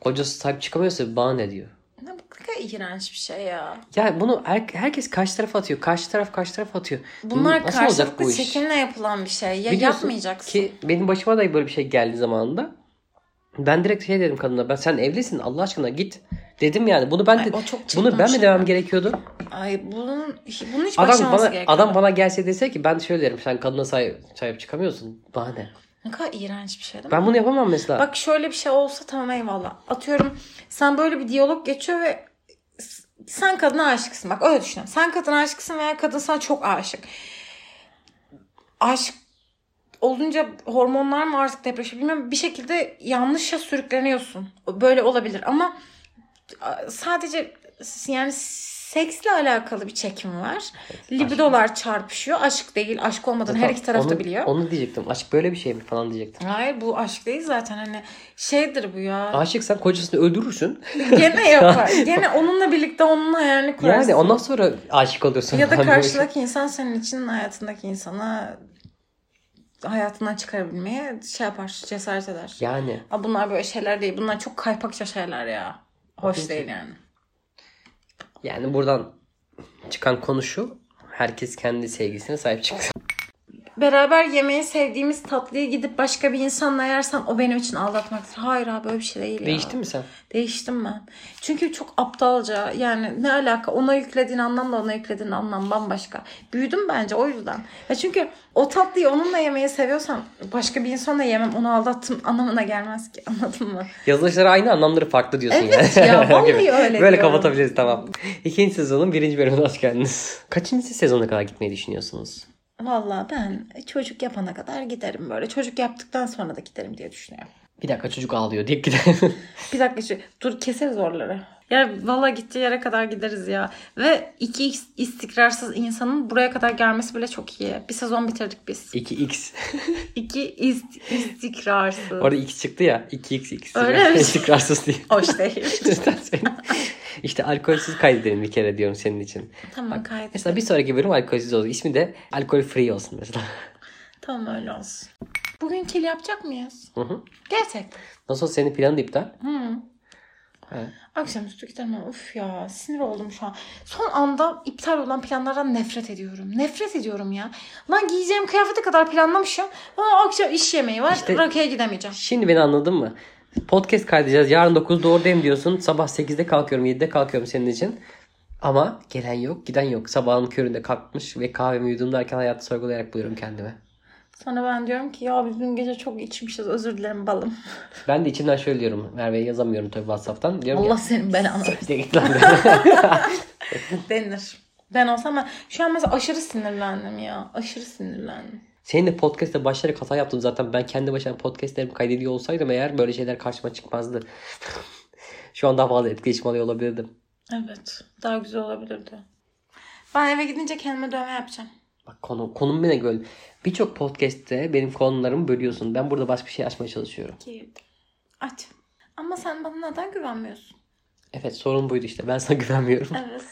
[SPEAKER 2] Kocası sahip çıkamıyorsa bana ne diyor.
[SPEAKER 1] Ne bu kadar iğrenç bir şey ya.
[SPEAKER 2] Ya bunu er- herkes karşı tarafa atıyor. Karşı taraf karşı tarafa atıyor.
[SPEAKER 1] Bunlar
[SPEAKER 2] Nasıl olacak
[SPEAKER 1] karşılıklı
[SPEAKER 2] bu iş?
[SPEAKER 1] şekilde yapılan bir şey. Ya
[SPEAKER 2] Biliyorsun
[SPEAKER 1] yapmayacaksın.
[SPEAKER 2] Ki benim başıma da böyle bir şey geldi zamanında. Ben direkt şey dedim kadına ben sen evlisin Allah aşkına git dedim yani. Bunu ben
[SPEAKER 1] Ay,
[SPEAKER 2] de-
[SPEAKER 1] o çok çirkin
[SPEAKER 2] bunu ben mi
[SPEAKER 1] şey
[SPEAKER 2] demem
[SPEAKER 1] ya.
[SPEAKER 2] gerekiyordu?
[SPEAKER 1] Ay bunun, bunun hiç
[SPEAKER 2] Adam
[SPEAKER 1] başlaması
[SPEAKER 2] bana
[SPEAKER 1] gerekiyor.
[SPEAKER 2] adam bana gelse dese ki ben şöyle derim sen kadına sahip, sahip çıkamıyorsun. Bana ne?
[SPEAKER 1] Ne kadar iğrenç bir şey değil mi?
[SPEAKER 2] Ben bunu yapamam mesela.
[SPEAKER 1] Bak şöyle bir şey olsa tamam eyvallah. Atıyorum sen böyle bir diyalog geçiyor ve s- sen kadına aşıksın. Bak öyle düşünüyorum. Sen kadına aşıksın veya kadın sana çok aşık. Aşık olunca hormonlar mı artık depresyon bilmiyorum bir şekilde yanlışa sürükleniyorsun. Böyle olabilir ama a, sadece s- yani Seksle alakalı bir çekim var. Libidolar çarpışıyor. Aşk değil. Aşk olmadan her iki taraf
[SPEAKER 2] onu,
[SPEAKER 1] da biliyor.
[SPEAKER 2] Onu diyecektim. Aşk böyle bir şey mi falan diyecektim.
[SPEAKER 1] Hayır bu aşk değil zaten hani şeydir bu ya.
[SPEAKER 2] Aşıksan kocasını öldürürsün.
[SPEAKER 1] Gene yapar. Gene onunla birlikte onun hayalini kurarsın.
[SPEAKER 2] yani ondan sonra aşık oluyorsun.
[SPEAKER 1] Ya da
[SPEAKER 2] falan böyle bir şey.
[SPEAKER 1] karşıdaki insan senin için hayatındaki insana hayatından çıkarabilmeye şey yapar, cesaret eder.
[SPEAKER 2] şey. Yani.
[SPEAKER 1] Aa, bunlar böyle şeyler değil. Bunlar çok kaypakça şeyler ya. Hoş
[SPEAKER 2] Tabii
[SPEAKER 1] değil
[SPEAKER 2] ki.
[SPEAKER 1] yani.
[SPEAKER 2] Yani buradan çıkan konu şu. Herkes kendi sevgisine sahip çıksın.
[SPEAKER 1] Beraber yemeği sevdiğimiz tatlıya gidip başka bir insanla yersen o benim için aldatmaktır. Hayır abi böyle bir şey değil ya.
[SPEAKER 2] Değişti mi sen?
[SPEAKER 1] Değiştim ben. Çünkü çok aptalca yani ne alaka ona yüklediğin anlamla ona yüklediğin anlam bambaşka. Büyüdüm bence o yüzden. Ya çünkü o tatlıyı onunla yemeyi seviyorsan başka bir insanla yemem onu aldattım anlamına gelmez ki anladın mı?
[SPEAKER 2] Yazılışları aynı anlamları farklı diyorsun
[SPEAKER 1] Evet
[SPEAKER 2] yani.
[SPEAKER 1] ya, vallahi
[SPEAKER 2] Gibi.
[SPEAKER 1] öyle
[SPEAKER 2] Böyle
[SPEAKER 1] diyorum.
[SPEAKER 2] kapatabiliriz tamam. İkinci sezonun birinci bölümüne hoş geldiniz. Kaçıncı sezona kadar gitmeyi düşünüyorsunuz?
[SPEAKER 1] Valla ben çocuk yapana kadar giderim böyle. Çocuk yaptıktan sonra da giderim diye düşünüyorum.
[SPEAKER 2] Bir dakika çocuk ağlıyor deyip gidelim.
[SPEAKER 1] Bir dakika şu, dur keseriz oraları. Ya valla gittiği yere kadar gideriz ya. Ve iki is- istikrarsız insanın buraya kadar gelmesi bile çok iyi. Bir sezon bitirdik biz.
[SPEAKER 2] 2x.
[SPEAKER 1] İki ist- istikrarsız.
[SPEAKER 2] Orada x çıktı ya. 2x x.
[SPEAKER 1] Öyle mi?
[SPEAKER 2] İstikrarsız diye.
[SPEAKER 1] Hoş değil.
[SPEAKER 2] işte alkolsüz kaydedelim bir kere diyorum senin için.
[SPEAKER 1] tamam kaydı.
[SPEAKER 2] Mesela bir sonraki bölüm alkolsüz olur. İsmi de alkol free olsun mesela.
[SPEAKER 1] Tamam öyle olsun. Bugün kil yapacak mıyız?
[SPEAKER 2] Hı hı.
[SPEAKER 1] Gerçekten.
[SPEAKER 2] Nasıl olsa senin planın da iptal.
[SPEAKER 1] Hı.
[SPEAKER 2] Ha.
[SPEAKER 1] Akşamüstü giderim. ben. Uf ya sinir oldum şu an. Son anda iptal olan planlardan nefret ediyorum. Nefret ediyorum ya. Lan giyeceğim kıyafete kadar planlamışım. Aa, akşam iş yemeği var.
[SPEAKER 2] İşte-
[SPEAKER 1] Rakıya gidemeyeceğim.
[SPEAKER 2] Şimdi beni anladın mı? Podcast kaydedeceğiz. Yarın 9'da oradayım diyorsun. Sabah 8'de kalkıyorum. 7'de kalkıyorum senin için. Ama gelen yok, giden yok. Sabahın köründe kalkmış ve kahvemi yudum derken hayatı sorgulayarak buluyorum kendime.
[SPEAKER 1] Sonra ben diyorum ki ya biz dün gece çok içmişiz. Özür dilerim balım.
[SPEAKER 2] Ben de içimden şöyle diyorum. Merve'ye yazamıyorum tabii WhatsApp'tan. Diyorum
[SPEAKER 1] Allah
[SPEAKER 2] Allah
[SPEAKER 1] senin belanı versin
[SPEAKER 2] git lan.
[SPEAKER 1] denir. Ben olsam ben şu an mesela aşırı sinirlendim ya. Aşırı sinirlendim.
[SPEAKER 2] Seninle podcast'te başlayarak hata yaptım zaten. Ben kendi başıma podcast'lerimi kaydediyor olsaydım eğer böyle şeyler karşıma çıkmazdı. Şu an daha fazla etkileşim alıyor olabilirdim.
[SPEAKER 1] Evet. Daha güzel olabilirdi. Ben eve gidince kendime dövme yapacağım.
[SPEAKER 2] Bak konu, konum bile göl. Birçok podcast'te benim konularımı bölüyorsun. Ben burada başka bir şey açmaya çalışıyorum.
[SPEAKER 1] Girdim. Aç. Ama sen bana neden güvenmiyorsun?
[SPEAKER 2] Evet sorun buydu işte. Ben sana güvenmiyorum.
[SPEAKER 1] Evet.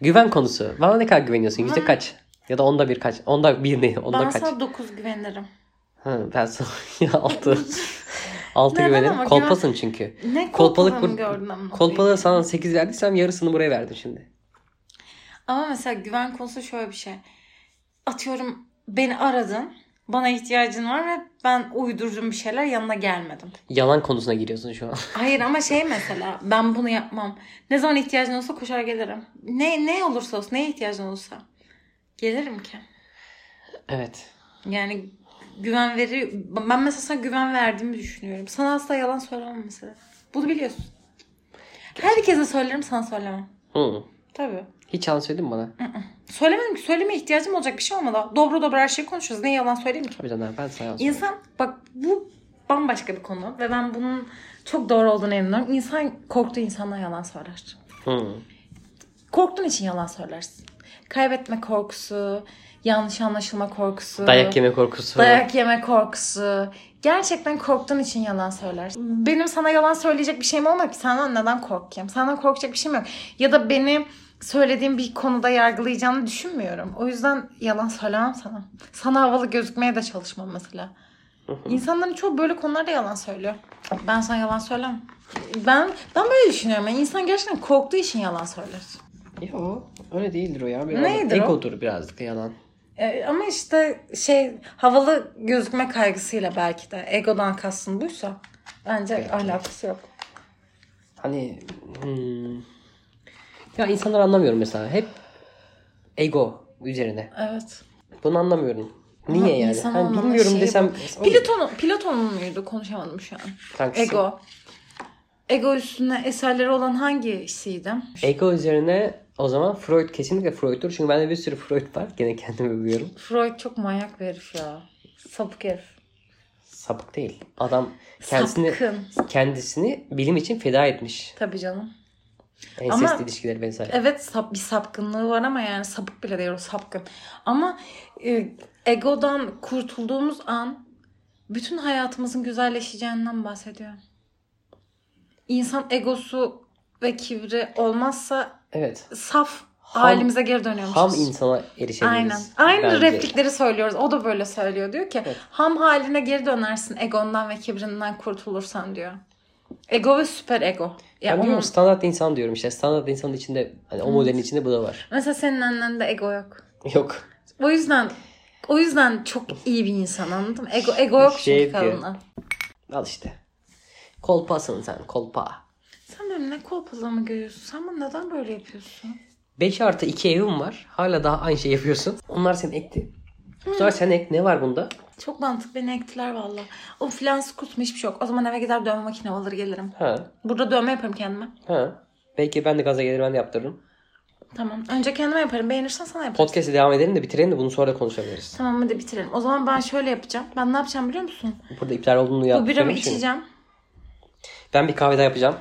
[SPEAKER 2] Güven konusu. Bana ne kadar güveniyorsun? Yüzde
[SPEAKER 1] Bana-
[SPEAKER 2] kaç? Ya da onda bir kaç? Onda bir ne? Onda
[SPEAKER 1] Bana
[SPEAKER 2] kaç?
[SPEAKER 1] sana 9 güvenirim.
[SPEAKER 2] Ha, ben sana Ya altı. altı
[SPEAKER 1] Neden
[SPEAKER 2] güvenim.
[SPEAKER 1] ama?
[SPEAKER 2] Kolpasın çünkü.
[SPEAKER 1] Ne
[SPEAKER 2] Kolpalık
[SPEAKER 1] kolpalığımı
[SPEAKER 2] bur-
[SPEAKER 1] gördün ama.
[SPEAKER 2] Kolpalığı sana 8 verdiysem yarısını buraya verdim şimdi.
[SPEAKER 1] Ama mesela güven konusu şöyle bir şey. Atıyorum beni aradın. Bana ihtiyacın var ve ben uydurdum bir şeyler yanına gelmedim.
[SPEAKER 2] Yalan konusuna giriyorsun şu an.
[SPEAKER 1] Hayır ama şey mesela ben bunu yapmam. Ne zaman ihtiyacın olsa koşar gelirim. Ne ne olursa olsun neye ihtiyacın olsa. Gelirim ki.
[SPEAKER 2] evet.
[SPEAKER 1] Yani güven veri ben mesela sana güven verdiğimi düşünüyorum. Sana asla yalan söylemem mesela. Bunu biliyorsun. Herkese söylerim sana söylemem.
[SPEAKER 2] Hı.
[SPEAKER 1] Tabii.
[SPEAKER 2] Hmm. Hiç yalan söyledin mi bana?
[SPEAKER 1] Söylemedim ki söyleme ihtiyacım olacak bir şey olmadı. Dobro dobro her şeyi konuşuyoruz. Ne yalan söyleyeyim ki?
[SPEAKER 2] Tabii canım ben sana yalan söyledim.
[SPEAKER 1] İnsan bak bu bambaşka bir konu ve ben bunun çok doğru olduğunu inanıyorum. İnsan korktuğu insandan yalan söyler.
[SPEAKER 2] Hı.
[SPEAKER 1] Korktuğun için yalan söylersin. Kaybetme korkusu, yanlış anlaşılma korkusu.
[SPEAKER 2] Dayak yeme korkusu.
[SPEAKER 1] Dayak yeme korkusu. Gerçekten korktuğun için yalan söylersin. Benim sana yalan söyleyecek bir şeyim olmadı ki. Senden neden korkayım? Senden korkacak bir şeyim yok. Ya da beni söylediğim bir konuda yargılayacağını düşünmüyorum. O yüzden yalan söylemem sana. Sana havalı gözükmeye de çalışmam mesela. İnsanların çoğu böyle konularda yalan söylüyor. Ben sana yalan söylemem. Ben ben böyle düşünüyorum. Yani insan gerçekten korktuğu için yalan söyler.
[SPEAKER 2] Yo, öyle değildir o ya.
[SPEAKER 1] Neydir o?
[SPEAKER 2] Egodur birazcık yalan.
[SPEAKER 1] E, ama işte şey havalı gözükme kaygısıyla belki de egodan kastın buysa bence alakası yok.
[SPEAKER 2] Hani hmm. ya insanlar anlamıyorum mesela. Hep ego üzerine.
[SPEAKER 1] Evet.
[SPEAKER 2] Bunu anlamıyorum. Niye
[SPEAKER 1] Ama
[SPEAKER 2] yani?
[SPEAKER 1] insan
[SPEAKER 2] Hani
[SPEAKER 1] olmanın
[SPEAKER 2] bilmiyorum
[SPEAKER 1] şeyi
[SPEAKER 2] desem.
[SPEAKER 1] bu. Platon Platon'un muydu? Konuşamadım şu an.
[SPEAKER 2] Haklısın.
[SPEAKER 1] Ego. Ego üstüne eserleri olan hangisiydi?
[SPEAKER 2] Ego üzerine o zaman Freud kesinlikle Freud'tur. Çünkü bende bir sürü Freud var. Gene kendimi övüyorum.
[SPEAKER 1] Freud çok manyak bir herif ya. Sapık herif.
[SPEAKER 2] Sapık değil. Adam kendisini
[SPEAKER 1] Sapkın.
[SPEAKER 2] kendisini bilim için feda etmiş.
[SPEAKER 1] Tabii canım.
[SPEAKER 2] Ensest
[SPEAKER 1] Ama-
[SPEAKER 2] ilişkileri vesaire.
[SPEAKER 1] Evet sap, bir sapkınlığı var ama yani sapık bile değil o sapkın. Ama e, egodan kurtulduğumuz an bütün hayatımızın güzelleşeceğinden bahsediyor. İnsan egosu ve kibri olmazsa
[SPEAKER 2] Evet.
[SPEAKER 1] saf
[SPEAKER 2] Ham-
[SPEAKER 1] halimize geri dönüyormuşuz.
[SPEAKER 2] Ham insana erişebiliriz.
[SPEAKER 1] Aynen. Aynı
[SPEAKER 2] bence.
[SPEAKER 1] replikleri söylüyoruz. O da böyle söylüyor. Diyor ki
[SPEAKER 2] Evet.
[SPEAKER 1] ham haline geri dönersin egondan ve kibrinden kurtulursan diyor. Ego ve süper ego. Ya
[SPEAKER 2] Ben
[SPEAKER 1] onun-
[SPEAKER 2] diyorum standart insan diyorum işte. Standart insanın içinde hani o modelin içinde bu da var.
[SPEAKER 1] Mesela senin annende ego yok.
[SPEAKER 2] Yok.
[SPEAKER 1] O yüzden o yüzden çok iyi bir insan anladın mı? Ego, ego yok
[SPEAKER 2] Şey
[SPEAKER 1] çünkü
[SPEAKER 2] diyor.
[SPEAKER 1] kadına.
[SPEAKER 2] Al işte. Kolpasın sen kolpa.
[SPEAKER 1] Sen benim ne kolpazamı görüyorsun? Sen bana neden böyle yapıyorsun?
[SPEAKER 2] 5 artı 2 evim var. Hala daha aynı şey yapıyorsun. Onlar senin ekti. Bu sefer senin ek ne var bunda?
[SPEAKER 1] Çok mantık beni ektiler valla. O flans kutum hiçbir şey yok. O zaman eve gider dövme makine alır gelirim.
[SPEAKER 2] Ha.
[SPEAKER 1] Burada dövme yaparım kendime.
[SPEAKER 2] Ha. Belki ben de gaza gelir ben de yaptırırım.
[SPEAKER 1] Tamam. Önce kendime yaparım. Beğenirsen sana yaparım.
[SPEAKER 2] Podcast'e devam edelim de bitirelim de bunu sonra da konuşabiliriz.
[SPEAKER 1] Tamam hadi bitirelim. O zaman ben şöyle yapacağım. Ben ne yapacağım biliyor musun?
[SPEAKER 2] Burada iptal olduğunu
[SPEAKER 1] Bu
[SPEAKER 2] yap.
[SPEAKER 1] biramı
[SPEAKER 2] söylemiştim.
[SPEAKER 1] içeceğim.
[SPEAKER 2] Ben bir kahve daha yapacağım.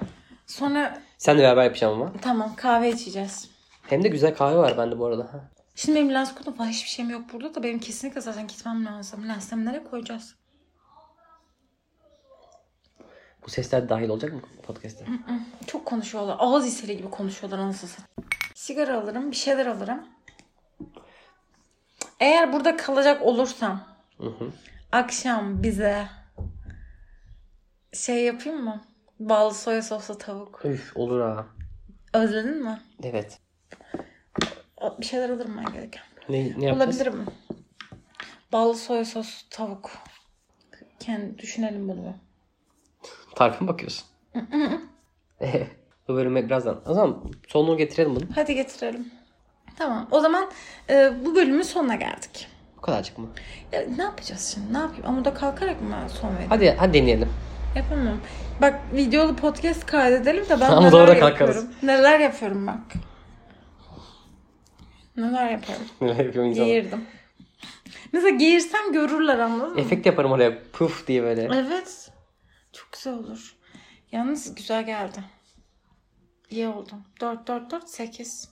[SPEAKER 1] Sonra
[SPEAKER 2] Sen de beraber yapacağım ama.
[SPEAKER 1] tamam kahve içeceğiz.
[SPEAKER 2] Hem de güzel kahve var bende bu arada. Ha.
[SPEAKER 1] Şimdi benim lens kutum falan hiçbir şeyim yok burada da benim kesinlikle zaten gitmem lazım. Lenslerimi nereye koyacağız?
[SPEAKER 2] Bu sesler dahil olacak mı podcast'e?
[SPEAKER 1] Çok konuşuyorlar. Ağız iseli gibi konuşuyorlar anasını satayım. Sigara alırım, bir şeyler alırım. Eğer burada kalacak olursam
[SPEAKER 2] Hı hı.
[SPEAKER 1] akşam bize şey yapayım mı? Ballı soya soslu tavuk.
[SPEAKER 2] Üf olur ha.
[SPEAKER 1] Özledin mi?
[SPEAKER 2] Evet.
[SPEAKER 1] O- Bir şeyler alırım ben gereken.
[SPEAKER 2] Ne, ne yapacağız?
[SPEAKER 1] Olabilirim. Ballı soya soslu tavuk. Kendi düşünelim bunu.
[SPEAKER 2] Tarif'e mi bakıyorsun? bu bölüme birazdan. O zaman sonunu getirelim bunu.
[SPEAKER 1] Hadi getirelim. Tamam. O zaman e, bu bölümün sonuna geldik.
[SPEAKER 2] Bu kadarcık mı?
[SPEAKER 1] Ya, ne yapacağız şimdi? Ne yapayım? Amuda kalkarak mı son verelim?
[SPEAKER 2] Hadi hadi deneyelim.
[SPEAKER 1] Yapamam. Bak videolu podcast kaydedelim de ben
[SPEAKER 2] Ama
[SPEAKER 1] neler
[SPEAKER 2] doğru
[SPEAKER 1] yapıyorum.
[SPEAKER 2] kalkarız.
[SPEAKER 1] Neler yapıyorum bak. Neler yapıyorum.
[SPEAKER 2] Neler yapıyorum insana.
[SPEAKER 1] Geğirdim. Mesela geğirsem görürler anladın mı?
[SPEAKER 2] Efekt yaparım oraya. Puf diye böyle.
[SPEAKER 1] Evet. Çok güzel olur. Yalnız güzel geldi. İyi oldu. 4 4 4 8.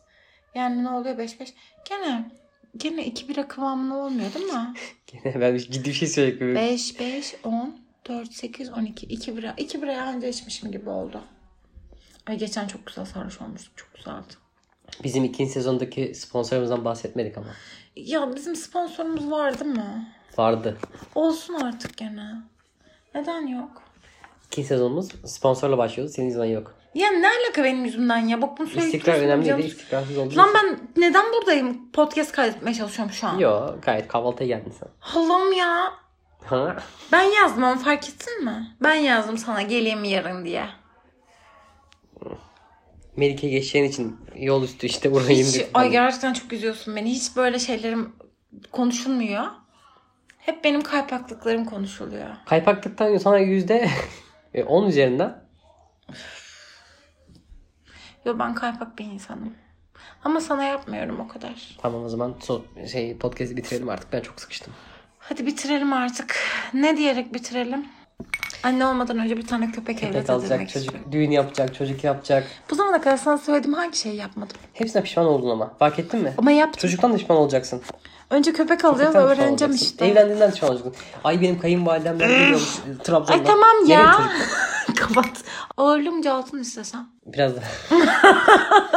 [SPEAKER 1] Yani ne oluyor 5 5? Gene gene 2 bira kıvamında olmuyor değil mi?
[SPEAKER 2] Gene ben bir- ciddi bir şey söyleyecek gibi.
[SPEAKER 1] 5 5 10 4 8 12 2 bira 2 bira anca içmişim gibi oldu. Ay geçen çok güzel sarhoş olmuştum. Çok güzeldi.
[SPEAKER 2] Bizim ikinci sezondaki sponsorumuzdan bahsetmedik ama.
[SPEAKER 1] Ya bizim sponsorumuz var değil mi?
[SPEAKER 2] Vardı.
[SPEAKER 1] Olsun artık gene. Neden yok?
[SPEAKER 2] İkinci sezonumuz sponsorla başlıyordu. Senin yüzünden yok.
[SPEAKER 1] Ya ne alaka benim yüzümden ya? Bak bunu söyleyip
[SPEAKER 2] İstikrar
[SPEAKER 1] duruyorsun,
[SPEAKER 2] önemli
[SPEAKER 1] canım
[SPEAKER 2] değil. İstikrarsız olduğu
[SPEAKER 1] Lan
[SPEAKER 2] için-
[SPEAKER 1] ben neden buradayım? Podcast kaydetmeye çalışıyorum şu an.
[SPEAKER 2] Yo gayet kahvaltıya geldin sen.
[SPEAKER 1] Allah'ım ya.
[SPEAKER 2] Ha?
[SPEAKER 1] Ben yazdım onu fark ettin mi? Ben yazdım sana geleyim yarın diye.
[SPEAKER 2] Melike geçeceğin için yol üstü işte buraya
[SPEAKER 1] Hiç,
[SPEAKER 2] indik.
[SPEAKER 1] ay gerçekten çok üzüyorsun beni. Hiç böyle şeylerim konuşulmuyor. Hep benim kaypaklıklarım konuşuluyor.
[SPEAKER 2] Kaypaklıktan sana yüzde e, 10 üzerinden
[SPEAKER 1] Yo ben kaypak bir insanım. Ama sana yapmıyorum o kadar.
[SPEAKER 2] Tamam o zaman so- şey podcast'i bitirelim artık. Ben çok sıkıştım.
[SPEAKER 1] Hadi bitirelim artık. Ne diyerek bitirelim? Anne olmadan önce bir tane köpek
[SPEAKER 2] Köpek
[SPEAKER 1] evlat
[SPEAKER 2] alacak,
[SPEAKER 1] edinmek
[SPEAKER 2] çocuk
[SPEAKER 1] istiyorum.
[SPEAKER 2] düğün yapacak, çocuk yapacak.
[SPEAKER 1] Bu zamana kadar sana söylediğim hangi şeyi yapmadım?
[SPEAKER 2] Hepsine pişman oldun ama. Fark ettin mi?
[SPEAKER 1] Ama yaptım.
[SPEAKER 2] Çocuktan da pişman olacaksın.
[SPEAKER 1] Önce köpek alacağız
[SPEAKER 2] Çocuktan da pişman
[SPEAKER 1] öğreneceğim
[SPEAKER 2] olacaksın.
[SPEAKER 1] işte.
[SPEAKER 2] Evlendiğinden de pişman olacaksın. Ay benim kayınvalidem ben geliyormuş e, Trabzon'dan.
[SPEAKER 1] Ay tamam
[SPEAKER 2] Nereye
[SPEAKER 1] ya.
[SPEAKER 2] çocuk?
[SPEAKER 1] Kapat. Ağırlımca altın istesem.
[SPEAKER 2] Biraz daha.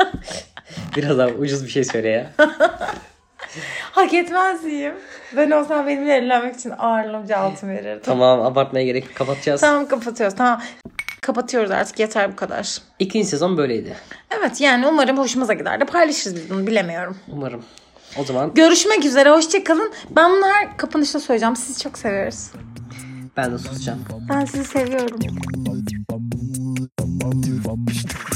[SPEAKER 2] Biraz daha ucuz bir şey söyle ya.
[SPEAKER 1] Hak etmez miyim? Ben olsam benimle evlenmek için ağırlımca altın verirdim.
[SPEAKER 2] Tamam abartmaya gerek yok. Kapatacağız.
[SPEAKER 1] Tamam kapatıyoruz. Tamam. Kapatıyoruz artık yeter bu kadar.
[SPEAKER 2] İkinci sezon böyleydi.
[SPEAKER 1] Evet yani umarım hoşumuza gider de paylaşırız biz bunu bilemiyorum.
[SPEAKER 2] Umarım. O zaman
[SPEAKER 1] Görüşmek üzere hoşçakalın. Ben bunu her kapanışta söyleyeceğim. Sizi çok seviyoruz.
[SPEAKER 2] ben de susacağım.
[SPEAKER 1] Ben sizi seviyorum.
[SPEAKER 6] Bum, bum, bum, bum, bum, bum, bum.